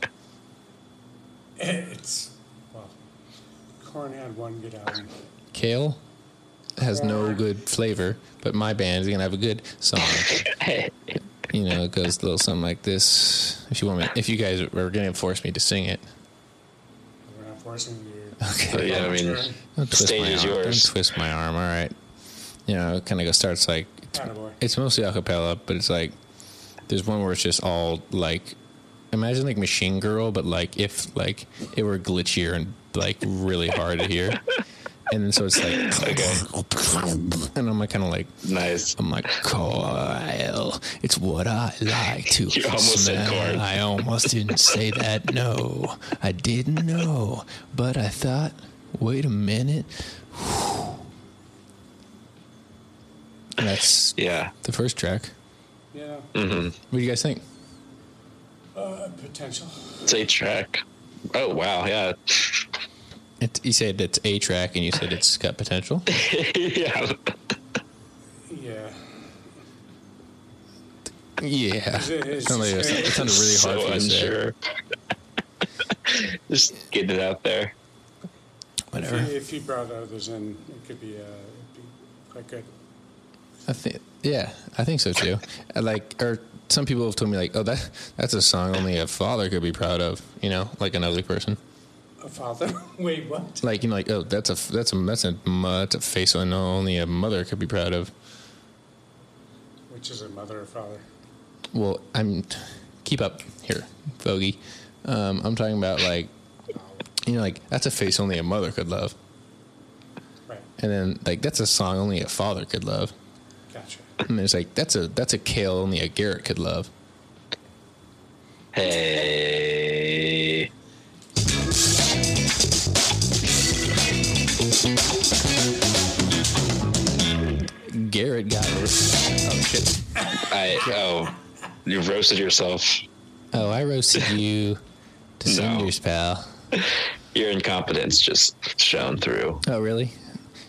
Speaker 5: It's, well, Corn had one good album.
Speaker 2: Kale has no good flavor, but my band is gonna have a good song. you know, it goes a little something like this. If you want me, if you guys were gonna force me to sing it,
Speaker 5: We're not for forcing you.
Speaker 1: But
Speaker 2: Okay.
Speaker 1: yeah, I mean,
Speaker 2: Don't
Speaker 1: the
Speaker 2: twist
Speaker 1: stage
Speaker 2: my
Speaker 1: is
Speaker 2: arm.
Speaker 1: yours.
Speaker 2: Don't twist my arm. All right. You know, it kind of starts like it's,
Speaker 5: Attaboy.
Speaker 2: it's mostly a cappella, but it's like there's one where it's just all like imagine like Machine Girl, but like if like it were glitchier and like really hard to hear. And then so it's like, and I'm like kind of like,
Speaker 1: Nice.
Speaker 2: I'm like Kyle. It's what I like to
Speaker 1: You almost said
Speaker 2: smell.
Speaker 1: corn.
Speaker 2: I almost didn't say that. No, I didn't know, but I thought, wait a minute. That's
Speaker 1: Yeah.
Speaker 2: the first track.
Speaker 5: Yeah,
Speaker 1: Mm.
Speaker 2: What do you guys think?
Speaker 5: uh, potential.
Speaker 1: It's a track. Oh, wow. Yeah.
Speaker 2: It, you said it's a track, and you said it's got potential.
Speaker 1: yeah.
Speaker 5: Yeah,
Speaker 2: Yeah,
Speaker 5: It's-
Speaker 2: somebody else. It sounded really
Speaker 1: so
Speaker 2: hard for you to say.
Speaker 1: unsure. Just getting it out there.
Speaker 5: if
Speaker 2: Whatever.
Speaker 5: you, if you brought others in, it could be, uh, it'd be quite good.
Speaker 2: I think, yeah, I think so too. I like, or some people have told me like, oh, that that's a song only a father could be proud of. You know, like an ugly person.
Speaker 5: A father? Wait, what?
Speaker 2: Like you know, like oh, that's a that's a that's a mu- that's a face on- only a mother could be proud of.
Speaker 5: Which is a mother or father?
Speaker 2: Well, I'm keep up here, Fogey. Um, I'm talking about like, you know, like that's a face only a mother could love,
Speaker 5: Right,
Speaker 2: and then like that's a song only a father could love,
Speaker 5: gotcha.
Speaker 2: and it's like that's a that's a kale only a Garrett could love.
Speaker 1: Hey.
Speaker 2: Garrett got oh shit.
Speaker 1: I, oh, you roasted yourself.
Speaker 2: Oh, I roasted you to
Speaker 1: No.
Speaker 2: cinders, pal.
Speaker 1: Your incompetence just shone through.
Speaker 2: Oh, really?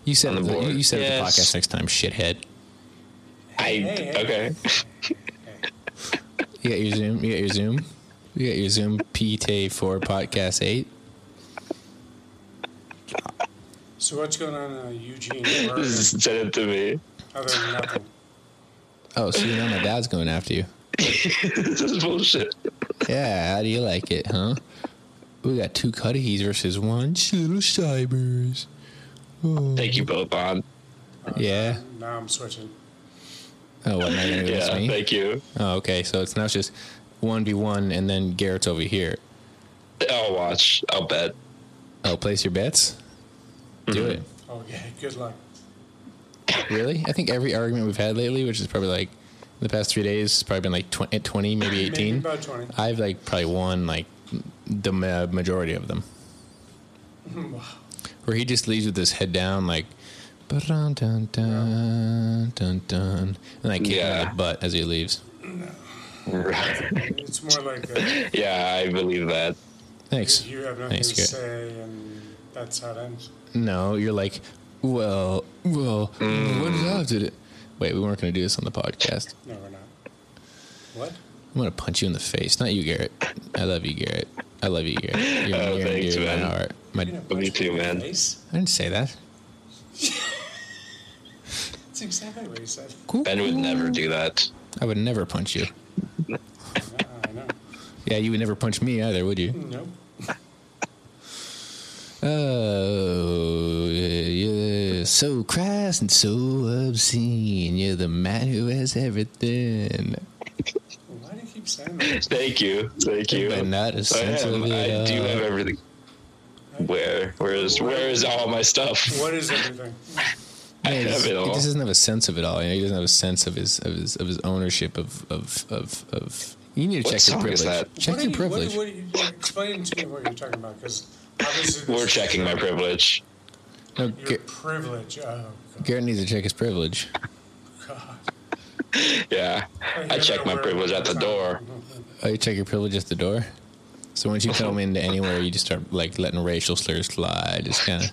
Speaker 2: You said
Speaker 1: On the
Speaker 2: it- you,
Speaker 1: board.
Speaker 2: you said it the
Speaker 1: Yes.
Speaker 2: podcast next time, shithead.
Speaker 1: I, okay.
Speaker 2: You got your Zoom. You got your Zoom. You got your Zoom PT for podcast eight.
Speaker 5: So what's going on in uh, Eugene? Or
Speaker 1: Send it to me.
Speaker 5: other than nothing?
Speaker 2: Oh, so you know my dad's going after you.
Speaker 1: this is bullshit.
Speaker 2: Yeah, how do you like it, huh? We got two Cudahy's versus one little Cybers.
Speaker 1: Thank you both, on.
Speaker 2: Yeah.
Speaker 5: Now I'm switching.
Speaker 2: Oh, what? Now you're gonna
Speaker 1: Yeah,
Speaker 2: yeah, me?
Speaker 1: thank you.
Speaker 2: Oh, okay. So it's now it's just one v one, and then Garrett's over here.
Speaker 1: I'll watch. I'll bet.
Speaker 2: Oh, place your bets. Do it.
Speaker 5: Okay, good luck.
Speaker 2: Really? I think every argument we've had lately, which is probably like the past three days, it's probably been like 20, 20 maybe 18.
Speaker 5: Maybe about 20.
Speaker 2: I've like probably won like the ma- majority of them. Um, Where he just leaves with his head down, like, dun dun dun dun dun, and I kick him in
Speaker 1: Yeah.
Speaker 2: the butt as he leaves.
Speaker 5: It's more like uh
Speaker 1: yeah, I believe that.
Speaker 2: Thanks.
Speaker 5: you have nothing
Speaker 2: Thanks,
Speaker 5: to
Speaker 2: Garrett.
Speaker 5: say, and that's how it ends.
Speaker 2: No, you're like, well, well, what did I do? to- Wait, we weren't going to do this on the podcast.
Speaker 5: No, we're not. What?
Speaker 2: I'm gonna punch you in the face. Not you, Garrett. I love you, Garrett. I love you, Garrett. You're
Speaker 1: Oh,
Speaker 2: near and
Speaker 1: thanks,
Speaker 2: dear to my
Speaker 1: man.
Speaker 2: heart. My,
Speaker 5: You know,
Speaker 2: I
Speaker 1: Me
Speaker 5: punch
Speaker 1: too,
Speaker 5: me in the
Speaker 1: man.
Speaker 5: face?
Speaker 2: didn't say that.
Speaker 5: That's exactly what he said.
Speaker 1: Ben would never do that.
Speaker 2: I would never punch you.
Speaker 5: Yeah, I know.
Speaker 2: Yeah, you would never punch me either, would you?
Speaker 5: Nope.
Speaker 2: Oh, you're so crass and so obscene. You're the man who has everything,
Speaker 5: Why do you keep saying that?
Speaker 1: Thank you. Thank you.
Speaker 2: but not a
Speaker 1: I
Speaker 2: sense
Speaker 1: am.
Speaker 2: of it.
Speaker 1: I do
Speaker 2: all.
Speaker 1: have everything. Where? Where is? Where is all my stuff?
Speaker 5: What is everything?
Speaker 1: I
Speaker 2: Yeah, he
Speaker 1: have
Speaker 2: just-
Speaker 1: it
Speaker 2: He
Speaker 1: all.
Speaker 2: just doesn't have a sense of it all. You know, he doesn't have a sense of his of his of his ownership of of of. of you need to
Speaker 1: What
Speaker 2: check your
Speaker 1: song
Speaker 2: privilege.
Speaker 1: is that?
Speaker 2: Check
Speaker 5: what
Speaker 2: your
Speaker 5: are you,
Speaker 2: privilege.
Speaker 5: What, what, are you- explain to me what you're talking about, because obviously this
Speaker 1: We're
Speaker 5: is
Speaker 1: checking my privilege.
Speaker 2: no,
Speaker 5: Your
Speaker 2: Gar-
Speaker 5: privilege. Oh God.
Speaker 2: Garrett needs to check his privilege.
Speaker 5: God.
Speaker 1: Yeah, I check my privilege at the door.
Speaker 2: Oh, you check your privilege at the door. So once you come into anywhere, you just start like letting racial slurs fly. Just kind of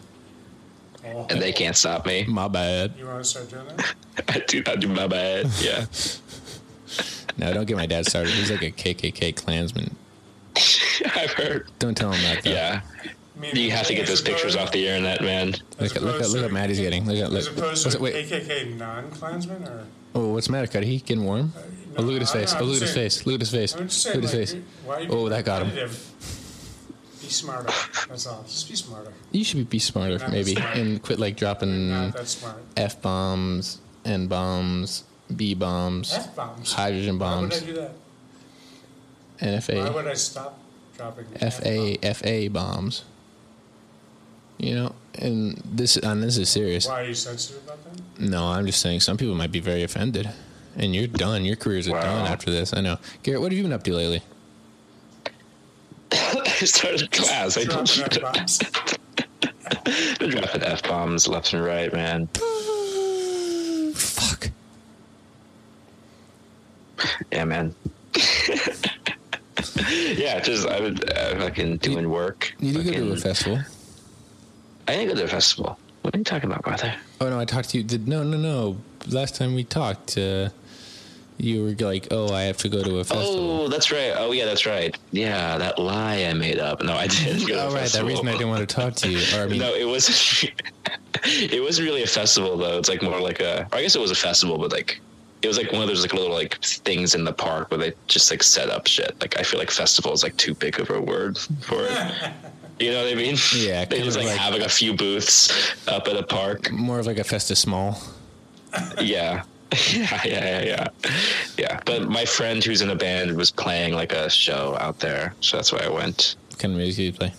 Speaker 5: Oh,
Speaker 1: and they can't stop me.
Speaker 2: my bad.
Speaker 5: You want to start doing that?
Speaker 1: I do. I do my bad. Yeah.
Speaker 2: No, don't get my dad started. He's like a KKK Klansman.
Speaker 1: I've heard.
Speaker 2: Don't tell him that. Though.
Speaker 1: Yeah. You have to get those pictures off the internet, man.
Speaker 2: Look at look at look at Maddie's getting. Look at
Speaker 5: As
Speaker 2: look.
Speaker 5: opposed
Speaker 2: What's,
Speaker 5: to
Speaker 2: it- wait.
Speaker 5: KKK non-Klansmen, or
Speaker 2: Oh, what's the matter? Cut? He getting warm?
Speaker 5: no,
Speaker 2: Oh, look at his
Speaker 5: I'm
Speaker 2: face.
Speaker 5: not-
Speaker 2: Oh,
Speaker 5: I'm
Speaker 2: look at his
Speaker 5: saying-
Speaker 2: face. Look at his face.
Speaker 5: I'm just
Speaker 2: look
Speaker 5: saying,
Speaker 2: at his
Speaker 5: like,
Speaker 2: face.
Speaker 5: why? Are you
Speaker 2: Oh, that got him.
Speaker 5: competitive? Be smarter. That's all. Just be smarter.
Speaker 2: You should be smarter,
Speaker 5: Not
Speaker 2: maybe,
Speaker 5: smart.
Speaker 2: and quit like dropping
Speaker 5: Not that smart.
Speaker 2: f bombs, n bombs, b bombs,
Speaker 5: F bombs.
Speaker 2: hydrogen
Speaker 5: Why would I
Speaker 2: bombs,
Speaker 5: do that? Why
Speaker 2: nfa,
Speaker 5: would I stop dropping?
Speaker 2: fa, fa bombs. You know, and this and this is serious.
Speaker 5: Why are you sensitive about that?
Speaker 2: No, I'm just saying some people might be very offended, and you're done. Your careers are
Speaker 1: Wow.
Speaker 2: done after this. I know, Garrett. What have you been up to lately?
Speaker 1: I started class. I told you
Speaker 5: Dropping
Speaker 1: to
Speaker 5: F-bombs.
Speaker 1: dropping f bombs left and right, man.
Speaker 2: Fuck.
Speaker 1: Yeah, man. yeah, just I would uh, fucking doing work.
Speaker 2: You do go to a
Speaker 1: fucking-
Speaker 2: festival.
Speaker 1: I didn't go to a festival. What are you talking about, brother?
Speaker 2: Oh no, I talked to you. Did no, no, no. Last time we talked, uh, you were like, "Oh, I have to go to a festival."
Speaker 1: Oh, that's right. Oh, yeah, that's right. Yeah, that lie I made up. No, I didn't. Go to a
Speaker 2: All right, that
Speaker 1: festival.
Speaker 2: reason I didn't want to talk to you. Or I mean,
Speaker 1: no, it wasn't. it wasn't really a festival though. It's like more like a. I guess it was a festival, but like it was like one of those like little like things in the park where they just like set up shit. Like I feel like festival is like too big of a word for it. you know what I mean?
Speaker 2: Yeah,
Speaker 1: they
Speaker 2: kind
Speaker 1: just
Speaker 2: of
Speaker 1: like,
Speaker 2: like-
Speaker 1: have like a few booths up at a park.
Speaker 2: more of like a festa small.
Speaker 1: Yeah. Yeah, yeah, yeah, yeah, yeah. But my friend who's in a band was playing like a show out there, so that's why I went.
Speaker 2: What kind of music do you play?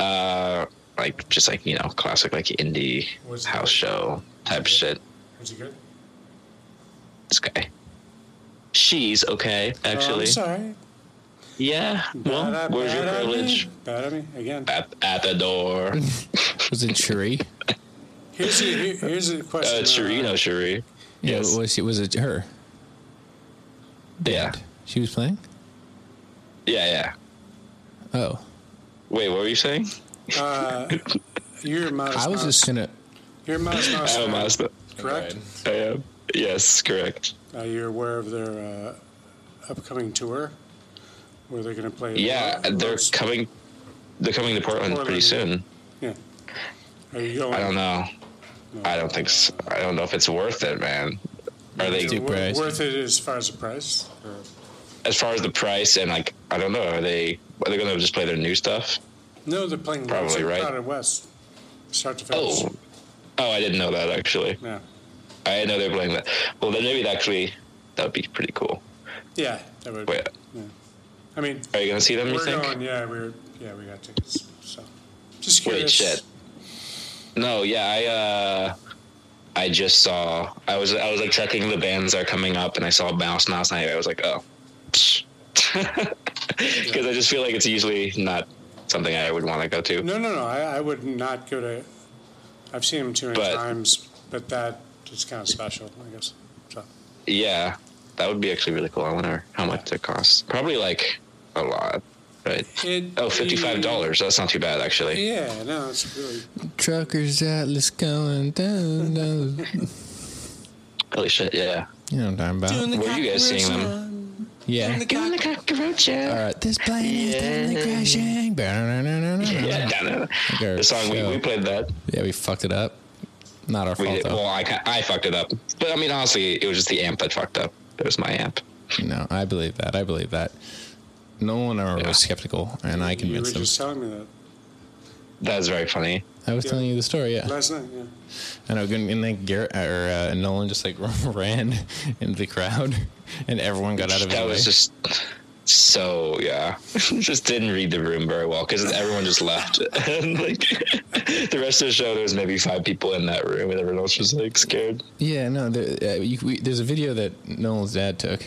Speaker 1: Uh, Like just like you know, classic like indie
Speaker 5: Was it-
Speaker 1: house show type shit.
Speaker 5: Was he good?
Speaker 1: this guy. She's okay,
Speaker 5: Oh, I'm
Speaker 1: actually.
Speaker 5: sorry.
Speaker 1: yeah. Um, Well,
Speaker 5: Bad-
Speaker 1: where's your
Speaker 5: bad at me.
Speaker 1: privilege?
Speaker 5: Bad at me again.
Speaker 1: At, at the door.
Speaker 2: Was it Cherie?
Speaker 5: Here's a, here- here's a question.
Speaker 1: Uh, Cherie, no Cherie. Yes.
Speaker 2: Yeah, was it was it her?
Speaker 1: Yeah.
Speaker 2: She was playing.
Speaker 1: Yeah, yeah.
Speaker 2: Oh,
Speaker 1: Wait, what were you saying?
Speaker 5: Uh, you're modest.
Speaker 2: I was
Speaker 5: mouse.
Speaker 2: just gonna.
Speaker 5: You're modest.
Speaker 1: I
Speaker 5: mouse,
Speaker 1: am
Speaker 5: right?
Speaker 1: Asma.
Speaker 5: Correct.
Speaker 1: I am. Yes, correct.
Speaker 5: Uh, you're aware of their uh, upcoming tour, where they're going to play.
Speaker 1: Yeah,
Speaker 5: Lo-
Speaker 1: they're
Speaker 5: Lost-
Speaker 1: coming. They're coming to Portland pretty
Speaker 5: Portland.
Speaker 1: soon.
Speaker 5: Yeah. Are you going?
Speaker 1: I don't know.
Speaker 5: Oh,
Speaker 1: I don't think. So. I don't know if it's worth it, man. Are
Speaker 5: Is
Speaker 1: they
Speaker 5: it wor-
Speaker 2: price.
Speaker 5: worth it as far as the price? Or-
Speaker 1: as far as the price and like? I don't know. Are they? Are they going to just play their new stuff?
Speaker 5: No, they're playing
Speaker 1: Probably
Speaker 5: lots of
Speaker 1: right.
Speaker 5: Crowded West, start to finish.
Speaker 1: Oh, oh, I didn't know that actually.
Speaker 5: Yeah.
Speaker 1: I know they're playing that. Well, then maybe actually that would be pretty cool.
Speaker 5: Yeah. That would,
Speaker 1: Wait,
Speaker 5: I mean,
Speaker 1: are you gonna see them? You
Speaker 5: we're
Speaker 1: think?
Speaker 5: going. Yeah, we're yeah we got tickets. So just curious.
Speaker 1: Wait, shit. No, yeah, I uh, I just saw. I was I was like checking the bands that are coming up, and I saw Mouse last night. I was like, oh, because I just feel like it's usually not something I would want to go to.
Speaker 5: No, no, no. I, I would not go to. I've seen him too many
Speaker 1: But-
Speaker 5: times, but that is kind of special, I guess. So
Speaker 1: Yeah, that would be actually really cool. I wonder how much it costs. Probably like a lot, right?
Speaker 5: it.
Speaker 1: Oh, $55. That's not too bad, actually.
Speaker 5: Yeah, no, it's really.
Speaker 2: Truckers Atlas going down. down.
Speaker 1: Holy shit, yeah.
Speaker 2: You know what I'm talking about?
Speaker 1: Where are you guys seeing them?
Speaker 2: Yeah.
Speaker 1: Doing the cockroach.
Speaker 2: All right, this plane is definitely crashing. Yeah.
Speaker 1: Yeah, no, no.
Speaker 2: Like our
Speaker 1: the song we,
Speaker 2: show.
Speaker 1: we played that.
Speaker 2: Yeah, we fucked it up. Not our
Speaker 1: We
Speaker 2: fault
Speaker 1: did,
Speaker 2: though.
Speaker 1: well, I ca- I fucked it up, but I mean honestly, it was just the amp that fucked up. It was my amp.
Speaker 2: No, I believe that. I believe that. No one ever
Speaker 1: Yeah.
Speaker 2: was skeptical, and I
Speaker 5: You were
Speaker 2: convinced them.
Speaker 5: just telling me that
Speaker 1: That was very funny.
Speaker 2: I was
Speaker 5: yeah.
Speaker 2: telling you the story, yeah.
Speaker 5: last night. Yeah.
Speaker 2: I know, and and then Garrett or uh, Nolan just like ran into the crowd, and everyone got out of eh? his
Speaker 1: that
Speaker 2: way.
Speaker 1: was just so yeah. just didn't read the room very well because everyone just left. and like the rest of the show, there was maybe five people in that room, and everyone else was like scared.
Speaker 2: Yeah, no, there, uh, you, we, there's a video that Nolan's dad took,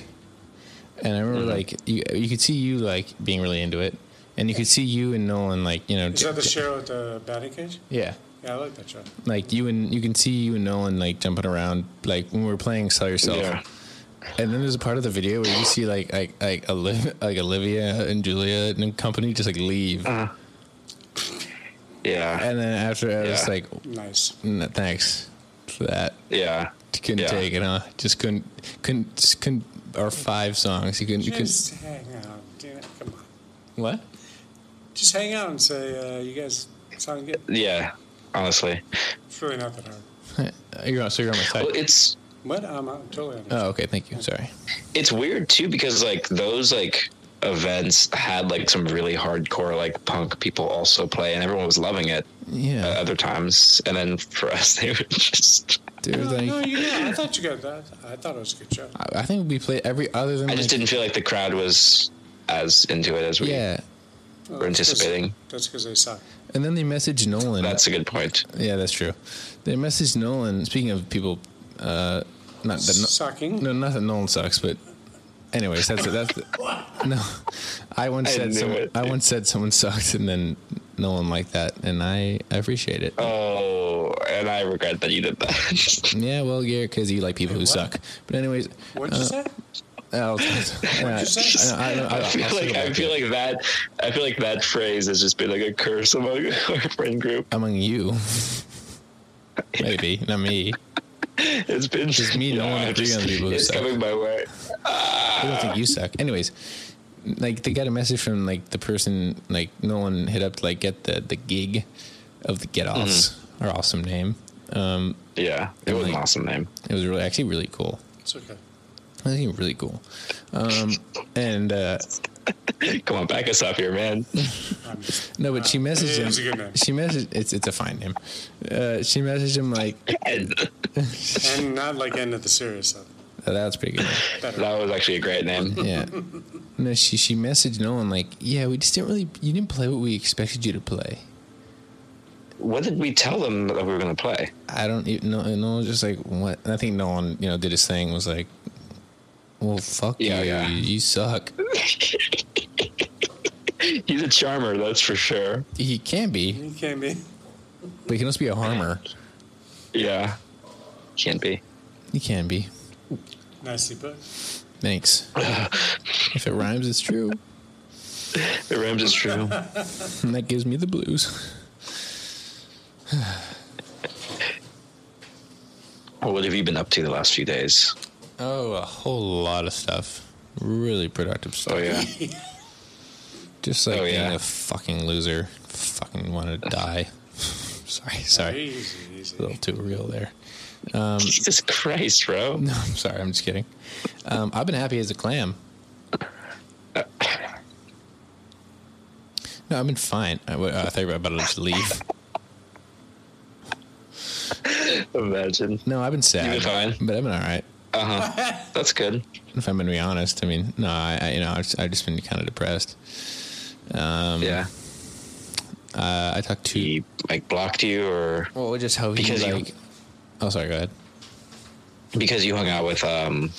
Speaker 2: and I
Speaker 5: Mm-hmm.
Speaker 2: remember like you, you could see you like being really into it, and you could see you and Nolan like you know.
Speaker 5: Is that the show at the batting cage?
Speaker 2: Yeah,
Speaker 5: Yeah, I like that show.
Speaker 2: like you and you can see you and Nolan like jumping around like when we were playing Sell Yourself.
Speaker 1: Yeah.
Speaker 2: And then there's a part of the video where you see like like like, Oliv- like Olivia and Julia and company just like leave,
Speaker 5: Uh-huh.
Speaker 1: Yeah,
Speaker 2: and then after I was
Speaker 1: Yeah.
Speaker 2: like,
Speaker 5: Nice.
Speaker 2: "No, thanks for that.
Speaker 1: yeah.
Speaker 2: Couldn't
Speaker 1: Yeah.
Speaker 2: take it, huh? Just couldn't couldn't just couldn't. Or five songs. You couldn't. You couldn't.
Speaker 5: Just hang out, damn it, come on.
Speaker 2: What?
Speaker 5: Just hang out and say uh, you guys sound good.
Speaker 1: Yeah, honestly.
Speaker 5: It's really not that hard.
Speaker 2: Oh, You're on, so you're on my side.
Speaker 1: Well, it's
Speaker 5: But I'm uh, totally on. it.
Speaker 2: oh, okay. Thank you. Sorry.
Speaker 1: it's weird too because like those like events had like some really hardcore like punk people also play, and everyone was loving it.
Speaker 2: Yeah.
Speaker 1: At other times, and then for us, they were just.
Speaker 2: Dude,
Speaker 5: No,
Speaker 2: like,
Speaker 5: no, you know, I thought you got that. I thought it was a good show.
Speaker 2: I- I think we played every other than
Speaker 1: I just
Speaker 2: like-
Speaker 1: didn't feel like the crowd was as into it as we.
Speaker 2: Yeah,
Speaker 5: Well,
Speaker 1: We're
Speaker 5: that's 'cause-
Speaker 1: anticipating.
Speaker 5: That's because they suck.
Speaker 2: and then they messaged Nolan.
Speaker 1: That's a good point.
Speaker 2: yeah, that's true. They messaged Nolan. Speaking of people, uh, not that no,
Speaker 5: Sucking.
Speaker 2: no, not that Nolan sucks, but anyways, that's that's no. I once
Speaker 1: I
Speaker 2: said
Speaker 1: knew
Speaker 2: some,
Speaker 1: it.
Speaker 2: I once said someone sucked, and then Nolan liked that, and I, I appreciate it.
Speaker 1: Oh, and I regret that you did that.
Speaker 2: Yeah, well, yeah, because you like people who
Speaker 5: what?
Speaker 2: suck. But anyways,
Speaker 5: What'd you
Speaker 2: uh,
Speaker 5: say?
Speaker 2: I'll- yeah,
Speaker 5: say?
Speaker 2: I, know, I, know,
Speaker 1: I
Speaker 2: I'll-
Speaker 1: feel
Speaker 2: I'll
Speaker 1: like
Speaker 2: circle
Speaker 1: I
Speaker 2: back
Speaker 1: feel
Speaker 2: to it.
Speaker 1: like that. I feel like that phrase has just been like a curse among our friend group.
Speaker 2: among you, maybe not me.
Speaker 1: It's been just
Speaker 2: me and Owen
Speaker 1: I
Speaker 2: are three
Speaker 1: just-
Speaker 2: other people who
Speaker 1: It's
Speaker 2: suck.
Speaker 1: coming my way.
Speaker 2: I don't think you suck. Anyways, like they got a message from like the person like Nolan hit up to like get the the gig of the Get Offs, our awesome name. Um,
Speaker 1: Yeah, it
Speaker 2: And
Speaker 1: was an
Speaker 2: like-
Speaker 1: awesome name.
Speaker 2: it was really actually really cool.
Speaker 5: It's okay.
Speaker 2: I think really cool. Um, and uh,
Speaker 1: Come on, back us up here, man.
Speaker 5: I'm-
Speaker 2: no, but she
Speaker 5: Uh,
Speaker 2: messaged
Speaker 5: yeah,
Speaker 2: him.
Speaker 5: it's a good name.
Speaker 2: She messaged it's it's a fine name. Uh, she messaged him like
Speaker 1: that
Speaker 5: and not like end of the series. So
Speaker 2: oh, that's pretty good.
Speaker 5: better.
Speaker 1: was actually a great name.
Speaker 2: Yeah. No, she she messaged Nolan like, yeah, we just didn't really you didn't play what we expected you to play.
Speaker 1: What did we tell them that we were going to play?
Speaker 2: I don't even know. No one's just like, what? And I think no one, you know, did his thing was like, well, fuck
Speaker 1: Yeah,
Speaker 2: you.
Speaker 1: yeah.
Speaker 2: You, you suck.
Speaker 1: He's a charmer, that's for sure.
Speaker 2: He can be,
Speaker 5: You can't be.
Speaker 2: but he can also be a harmer.
Speaker 1: Yeah, can't be.
Speaker 2: He can be.
Speaker 5: Nicely put.
Speaker 2: Thanks. if it rhymes, it's true.
Speaker 1: It rhymes is true.
Speaker 2: And that gives me the blues.
Speaker 1: Well, what have you been up to the last few days?
Speaker 2: Oh, a whole lot of stuff. Really productive stuff.
Speaker 1: Oh yeah,
Speaker 2: Just like
Speaker 1: Oh,
Speaker 2: being
Speaker 1: yeah.
Speaker 2: a fucking loser. Fucking want to die. sorry, sorry.
Speaker 5: Easy, easy.
Speaker 2: A little too real there.
Speaker 1: Jesus Christ, bro.
Speaker 2: No, I'm sorry. I'm just kidding. Um, I've been happy as a clam. No, I've been fine. I, w- I thought you were about to just leave.
Speaker 1: Imagine.
Speaker 2: No, I've been sad.
Speaker 1: You've been fine?
Speaker 2: but I've been all right.
Speaker 1: That's good.
Speaker 2: If I'm going to be honest, I mean, no, I, I you know, I've just, I've just been kind of depressed. Mm.
Speaker 1: yeah.
Speaker 2: Uh, I talked to
Speaker 1: He like blocked you, or
Speaker 2: well, just how
Speaker 1: Because
Speaker 2: he
Speaker 1: you-
Speaker 2: like. Oh, sorry. Go ahead,
Speaker 1: because you hung out with um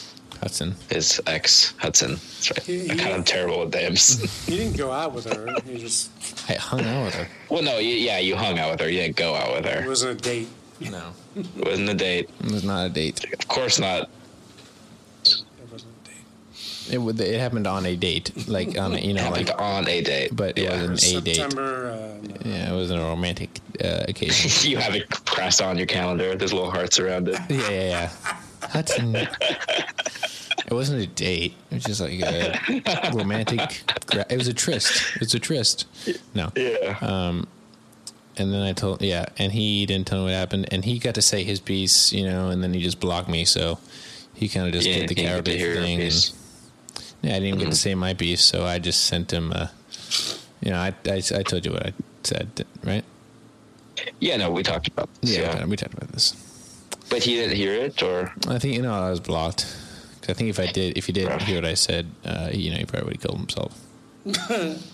Speaker 2: Hudson.
Speaker 1: his ex Hudson. That's right. I'm kind of terrible with names.
Speaker 5: You didn't go out with her. You just
Speaker 2: I hung out with her.
Speaker 1: well, no, you, yeah, you hung out with her. You didn't go out with
Speaker 5: it
Speaker 1: her.
Speaker 5: wasn't a date.
Speaker 2: No,
Speaker 1: It wasn't a date.
Speaker 2: it was not a date.
Speaker 1: Of course not.
Speaker 5: It wasn't a date.
Speaker 2: It would. It happened on a date, like on a, you know, like.
Speaker 1: Happened on a date,
Speaker 2: But it
Speaker 1: yeah.
Speaker 2: wasn't- An A date.
Speaker 5: September. Uh, no.
Speaker 2: Yeah, it was a romantic uh, occasion.
Speaker 1: You have it pressed on your calendar. There's little hearts around it.
Speaker 2: Yeah, yeah, yeah. Hudson. it wasn't a date. It was just like a romantic. Gra- it was a tryst. It was a tryst. No.
Speaker 1: Yeah.
Speaker 2: Uh, And then I told, yeah, and he didn't tell me what happened, and he got to say his piece, you know, and then he just blocked me, so he kind of just
Speaker 1: yeah.
Speaker 2: did the
Speaker 1: you get to
Speaker 2: cowardly
Speaker 1: hear Mm-hmm.
Speaker 2: thing. and-
Speaker 1: his-
Speaker 2: yeah, I didn't even get to say my piece, so I just sent him a. You know, I, I, I told you what I said, right?
Speaker 1: Yeah, no, we talked about this.
Speaker 2: we
Speaker 1: Yeah.
Speaker 2: talked- we talked about this.
Speaker 1: But he didn't hear it, or
Speaker 2: I think you know I was blocked. 'Cause I think if I did, if he did hear what I said, uh, you know, he probably would have killed himself.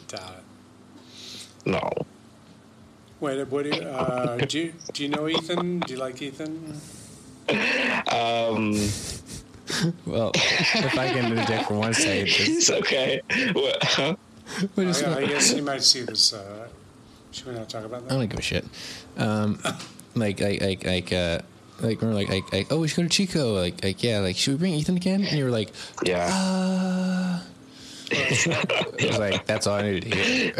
Speaker 5: Doubt it.
Speaker 1: no.
Speaker 5: Wait, what do you, uh, do you do you know Ethan? Do you like Ethan?
Speaker 2: Well, if I can interject for one second, just-
Speaker 1: It's okay. What? Huh?
Speaker 2: we're just
Speaker 5: I,
Speaker 2: not-
Speaker 5: I
Speaker 2: I
Speaker 5: guess you might see this. Uh, should we not talk about that?
Speaker 2: don't give a shit. Um, like, like, like, like, uh, like, remember, like, like, like, oh, we should go to Chico. Like, like, yeah, like, should we bring Ethan again? And you were like,
Speaker 1: Yeah.
Speaker 2: uh, it was like that's all I needed to hear.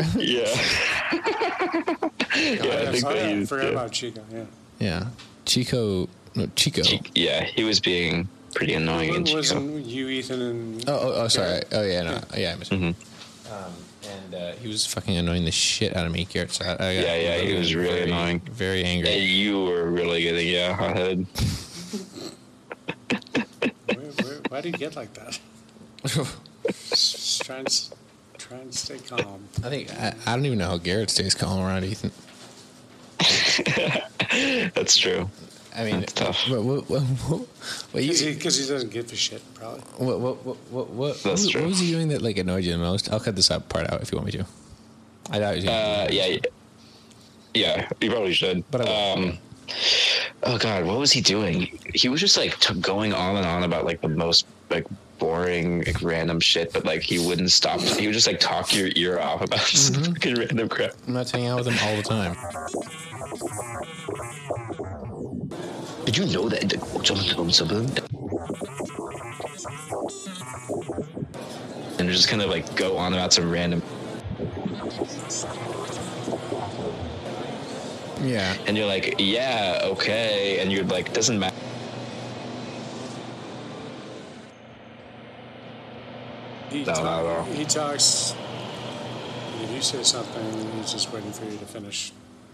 Speaker 1: yeah. yeah, I
Speaker 5: Yeah,
Speaker 1: think
Speaker 5: oh,
Speaker 1: that
Speaker 5: yeah, I
Speaker 1: he's.
Speaker 5: forgot
Speaker 1: Yeah.
Speaker 5: about Chico. Yeah.
Speaker 2: Yeah, Chico, no, Chico.
Speaker 1: He- yeah, he was being pretty annoying in
Speaker 5: It
Speaker 1: Chico.
Speaker 5: wasn't you, Ethan, and
Speaker 2: Oh, oh, oh sorry. Oh, yeah, no. Oh, yeah, I missed
Speaker 1: Mm-hmm.
Speaker 2: him. Um, and uh, he was fucking annoying the shit out of me, Garrett. So I, I got
Speaker 1: Yeah, yeah, he was really
Speaker 2: very-
Speaker 1: annoying.
Speaker 2: Very angry.
Speaker 1: And you were really getting yeah hot headed.
Speaker 5: where, where, why did you get like that? Just trying to s- Trying to stay calm.
Speaker 2: I think I, I don't even know how Garrett stays calm around Ethan.
Speaker 1: That's true.
Speaker 2: I mean,
Speaker 1: That's tough.
Speaker 2: What, what, what, what, what
Speaker 5: Because
Speaker 2: you,
Speaker 5: he, 'cause he doesn't give a shit, probably.
Speaker 2: what, what, what, what, what,
Speaker 1: That's
Speaker 2: what,
Speaker 1: true.
Speaker 2: was he doing that like annoyed you the most? I'll cut this up part out if you want me to. I doubt you.
Speaker 1: Uh, yeah, yeah. yeah, you probably should.
Speaker 2: But I will.
Speaker 1: um, oh god, what was he doing? He was just like t- going on and on about like the most like boring like random shit, but like he wouldn't stop. He would just like talk your ear off about some fucking random crap.
Speaker 2: I'm not hanging out with him all the time.
Speaker 1: Did you know that? Something, something. And just kind of like go on about some random,
Speaker 2: Yeah.
Speaker 1: and you're like, yeah, okay, and you're like, doesn't matter.
Speaker 5: He,
Speaker 1: No, not at all.
Speaker 5: he talks. and If you say something, he's just waiting for you to finish,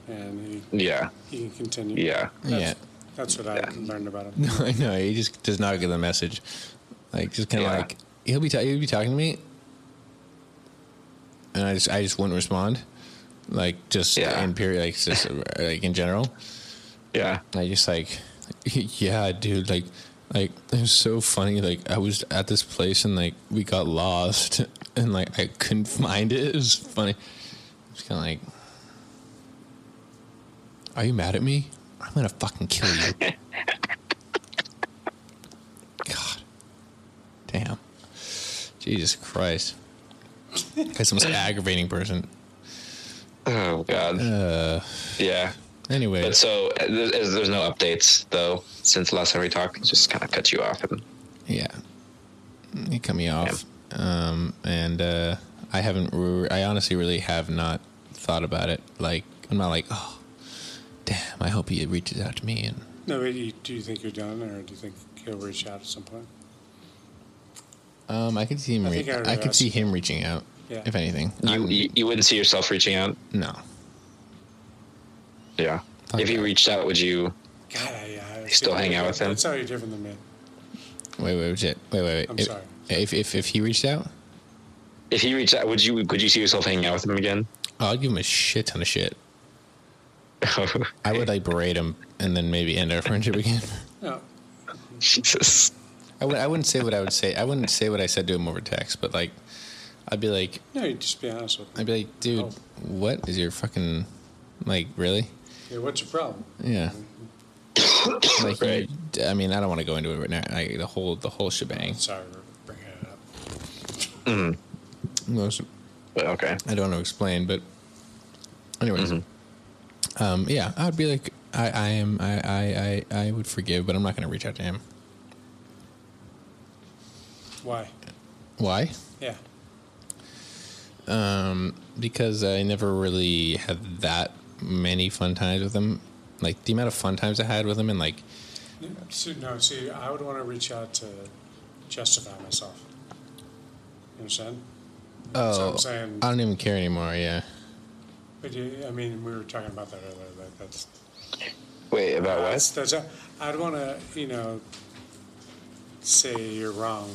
Speaker 5: and he
Speaker 1: Yeah,
Speaker 5: he can continue.
Speaker 1: yeah.
Speaker 5: That's,
Speaker 2: Yeah.
Speaker 5: That's what I learned about him.
Speaker 2: No, I know. He just does not get the message. Like, just kind of
Speaker 1: Yeah.
Speaker 2: like he'll be ta- he'll be talking to me, and I just I just wouldn't respond. Like just
Speaker 1: Yeah.
Speaker 2: in period, like just uh, like in general.
Speaker 1: Yeah.
Speaker 2: I just like, yeah, dude, like, like it was so funny. Like I was at this place and like we got lost and like I couldn't find it. It was funny. It's kind of like, are you mad at me? I'm gonna fucking kill you. God, damn, Jesus Christ, that's the most aggravating person.
Speaker 1: Oh god.
Speaker 2: Uh,
Speaker 1: yeah.
Speaker 2: Anyway,
Speaker 1: But so uh, th- as there's no updates though since the last time we talked. It just kind of cut you off. And
Speaker 2: Yeah, it cut me off, um, and uh, I haven't. Re- I honestly really have not thought about it. Like I'm not like, oh, damn. I hope he reaches out to me. And
Speaker 5: No, but you, do you think you're done, or do you think he'll reach out at some point?
Speaker 2: um, I could see him.
Speaker 5: I
Speaker 2: Re-
Speaker 5: think I
Speaker 2: I, could
Speaker 5: realized-
Speaker 2: see him reaching out.
Speaker 5: Yeah.
Speaker 2: If anything,
Speaker 1: you,
Speaker 2: I'm-
Speaker 1: you you wouldn't see yourself reaching out.
Speaker 2: no.
Speaker 1: Yeah.
Speaker 2: Fuck
Speaker 1: If he
Speaker 2: that.
Speaker 1: reached out, would you?
Speaker 5: God, I, I
Speaker 1: still hang out with him?
Speaker 5: That's how you're different than me.
Speaker 2: Wait, wait, wait, wait, wait. wait.
Speaker 5: I'm
Speaker 2: if,
Speaker 5: sorry.
Speaker 2: If, if if he reached out,
Speaker 1: If he reached out, would you? Would you see yourself hanging out with him again?
Speaker 2: I'd give him a shit ton of shit.
Speaker 1: Oh,
Speaker 2: I would like berate him and then maybe end our friendship again.
Speaker 5: No,
Speaker 1: Jesus.
Speaker 2: I w- I wouldn't say what I would say. I wouldn't say what I said to him over text, but like, I'd be like,
Speaker 5: no, you just be honest with me.
Speaker 2: I'd be like, dude,
Speaker 5: Oh.
Speaker 2: what is your fucking like really?
Speaker 5: Yeah, what's your problem?
Speaker 2: Yeah. like, you-
Speaker 1: Right.
Speaker 2: I mean, I don't want to go into it right now. I, the whole the whole shebang.
Speaker 5: Sorry for bringing it up.
Speaker 2: Most-
Speaker 1: But, okay.
Speaker 2: I don't know to explain, but anyways, um, yeah, I'd be like, I, I am, I, I, I, I would forgive, but I'm not going to reach out to him.
Speaker 5: Why?
Speaker 2: Why?
Speaker 5: Yeah.
Speaker 2: Because I never really had that many fun times with him. Like the amount of fun times I had with him, and like,
Speaker 5: See, no, see, I would want to reach out to justify myself. You understand? That's what
Speaker 2: oh,
Speaker 5: I'm saying.
Speaker 2: I don't even care anymore. Yeah.
Speaker 5: But you, I mean, we were talking about that earlier. But that's
Speaker 1: Wait about
Speaker 5: that's,
Speaker 1: what?
Speaker 5: that's I'd want to, you know, say you're wrong,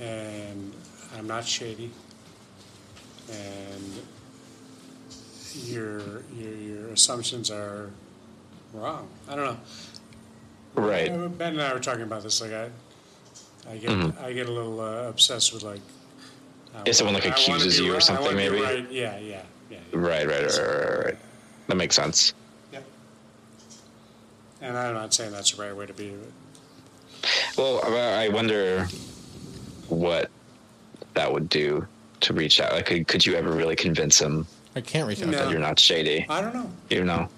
Speaker 5: and I'm not shady, and your your your assumptions are wrong. I don't know.
Speaker 1: Right.
Speaker 5: Uh, Ben and I were talking about this. Like I, I get I get a little uh, obsessed with like. I
Speaker 1: Mm-hmm. If someone,
Speaker 5: wanna-
Speaker 1: like,
Speaker 5: I wanna
Speaker 1: accuses
Speaker 5: be
Speaker 1: you or
Speaker 5: right- I
Speaker 1: something,
Speaker 5: wanna be
Speaker 1: maybe?
Speaker 5: Right. Yeah, yeah, yeah. yeah.
Speaker 1: Right. Right. Right. Right. Right. right. That makes sense.
Speaker 5: Yeah. And I'm not saying that's the right way to be. but-
Speaker 1: Well, I I wonder what that would do to reach out. Like, could, could you ever really convince him
Speaker 2: I can't reach out.
Speaker 5: No.
Speaker 2: to
Speaker 1: that you're not shady?
Speaker 5: I don't know.
Speaker 1: You know.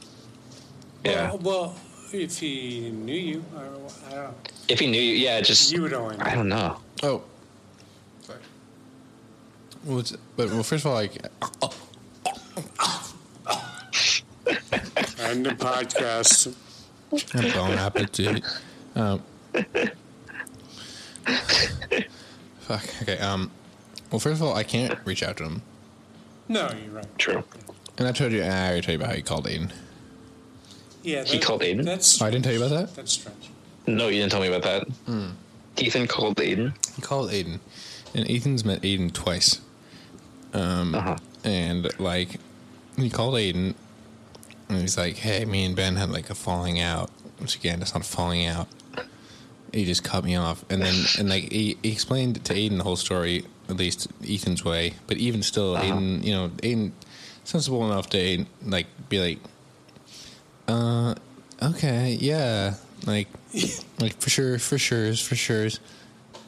Speaker 1: Yeah.
Speaker 5: Well, well, if he knew you, I, I don't know.
Speaker 1: If he knew you, yeah, just
Speaker 5: You would only
Speaker 1: I
Speaker 5: know.
Speaker 1: don't know.
Speaker 2: Oh. Well, it's, but well, first of all, like,
Speaker 5: And the podcast.
Speaker 2: I'm going up to. Um, fuck. Okay. Um. Well, first of all, I can't reach out to him,
Speaker 5: No, you're right.
Speaker 1: True.
Speaker 2: and I told you. I already told you about how he called Aiden.
Speaker 5: Yeah.
Speaker 1: He
Speaker 5: that-
Speaker 1: called Aiden?
Speaker 5: That's
Speaker 2: Oh, I didn't tell you about that.
Speaker 5: That's strange.
Speaker 1: No, you didn't tell me about that.
Speaker 2: Hmm.
Speaker 1: Ethan called Aiden.
Speaker 2: He called Aiden, and Ethan's met Aiden twice, Um,
Speaker 1: Uh-huh.
Speaker 2: And like, he called Aiden and he's like, hey, me and Ben had like a falling out. Which again, it's not a falling out. He just cut me off. And then, and like, he, he explained to Aiden the whole story, at least Ethan's way. But even still, Aiden, you know, Aiden, sensible enough to Aiden, like, be like, uh, okay, yeah. Like, like for sure, for sure, for sure.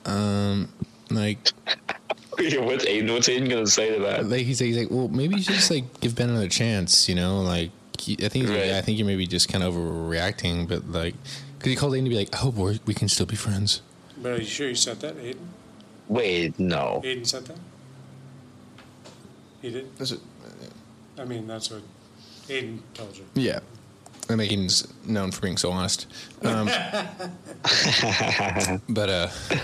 Speaker 2: Um, like,
Speaker 1: what's Aiden? What's Aiden gonna say to that?
Speaker 2: like he's, he's like, well, maybe you should just like give Ben another chance, you know? Like, he- I think he's like,
Speaker 1: Right.
Speaker 2: yeah, I think you're maybe just kind of overreacting, but like, because he called Aiden to be like, I hope we're, we can still be friends.
Speaker 5: But are you sure you said that, Aiden?
Speaker 1: Wait, no.
Speaker 5: Aiden said that? He did? I mean, that's what Aiden told you.
Speaker 2: Yeah, and Aiden's known for being so honest. Um, but uh, um,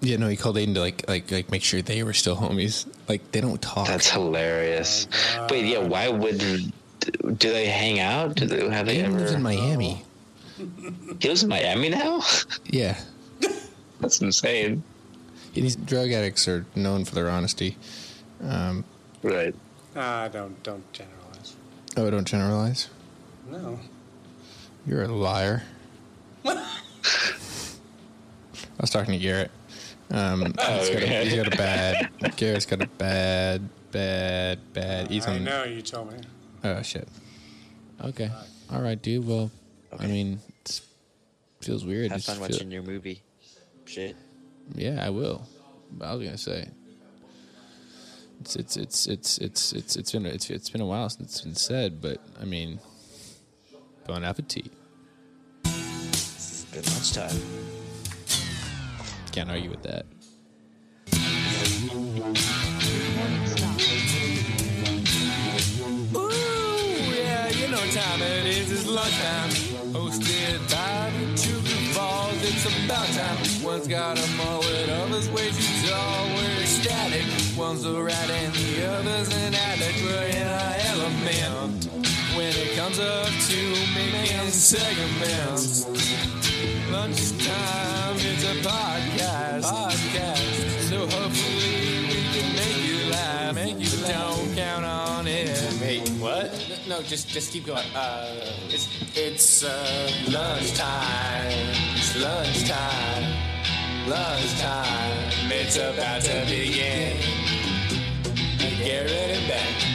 Speaker 2: yeah, no, he called Aiden to like like like make sure they were still homies. Like they don't talk.
Speaker 1: That's hilarious.
Speaker 5: Oh,
Speaker 1: Wait, yeah, why would do they hang out? Do they have they
Speaker 2: Aiden lives
Speaker 1: ever?
Speaker 2: in Miami.
Speaker 1: he lives in Miami now.
Speaker 2: Yeah,
Speaker 1: That's insane.
Speaker 2: these drug addicts are known for their honesty.
Speaker 1: Right.
Speaker 5: Ah, don't, don't generalize.
Speaker 2: Oh, don't generalize.
Speaker 5: No.
Speaker 2: You're a liar. I was talking to Garrett. Um,
Speaker 6: Oh,
Speaker 2: he's, got a,
Speaker 1: Okay.
Speaker 2: he's got a bad. Garrett's got a bad, bad, bad. He's
Speaker 5: I
Speaker 2: on.
Speaker 5: know you told me.
Speaker 2: Oh shit. Okay. All right, dude. Well, I mean, it feels weird.
Speaker 6: Have
Speaker 2: Just
Speaker 6: fun
Speaker 2: feel-
Speaker 6: watching your movie. Shit.
Speaker 2: Yeah, I will. But I was gonna say. It's it's it's it's it's it's it's been it's it's been a while since it's been said, but I mean, bon appetit.
Speaker 6: It's been lunchtime.
Speaker 2: Can't argue with that.
Speaker 3: Recording stopped.
Speaker 7: Ooh, yeah, you know what time it is. It's lunchtime. Hosted by the two goofballs. It's about time. One's got a mullet, other's way too tall. We're ecstatic. One's a rat and the other's an addict. We're in our element. When it comes up to making segments. Lunchtime is a podcast. Podcast. So hopefully we can make you laugh. Make you laugh. Don't count on it.
Speaker 8: Wait, what? No, just just keep going. Uh, it's it's uh, lunchtime. It's lunchtime. Lunchtime. It's about to begin. Get ready, Ben.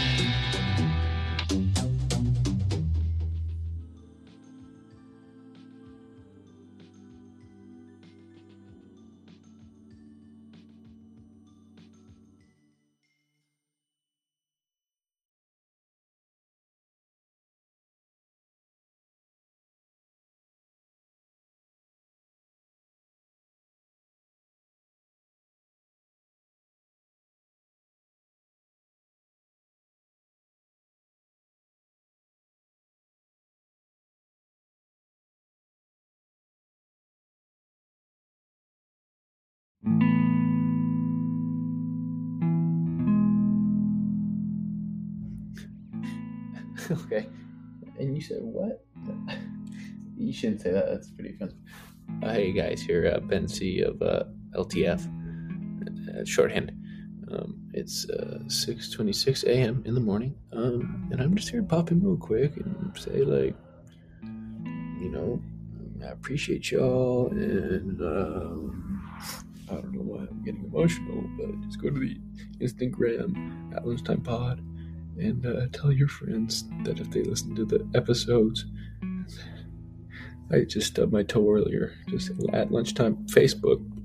Speaker 9: okay. And you said what? you shouldn't say that. That's pretty offensive. Uh, hey guys, here uh, Ben C of uh, LTF, uh, shorthand. Um, it's uh, 6:26 a.m. in the morning, um, and I'm just here to pop in real quick and say like, you know, I appreciate y'all, and um, I don't know why I'm getting emotional, but just go to the Instagram at lunchtime pod and uh, tell your friends that if they listen to the episodes, I just stubbed my toe earlier, just at lunchtime. Facebook,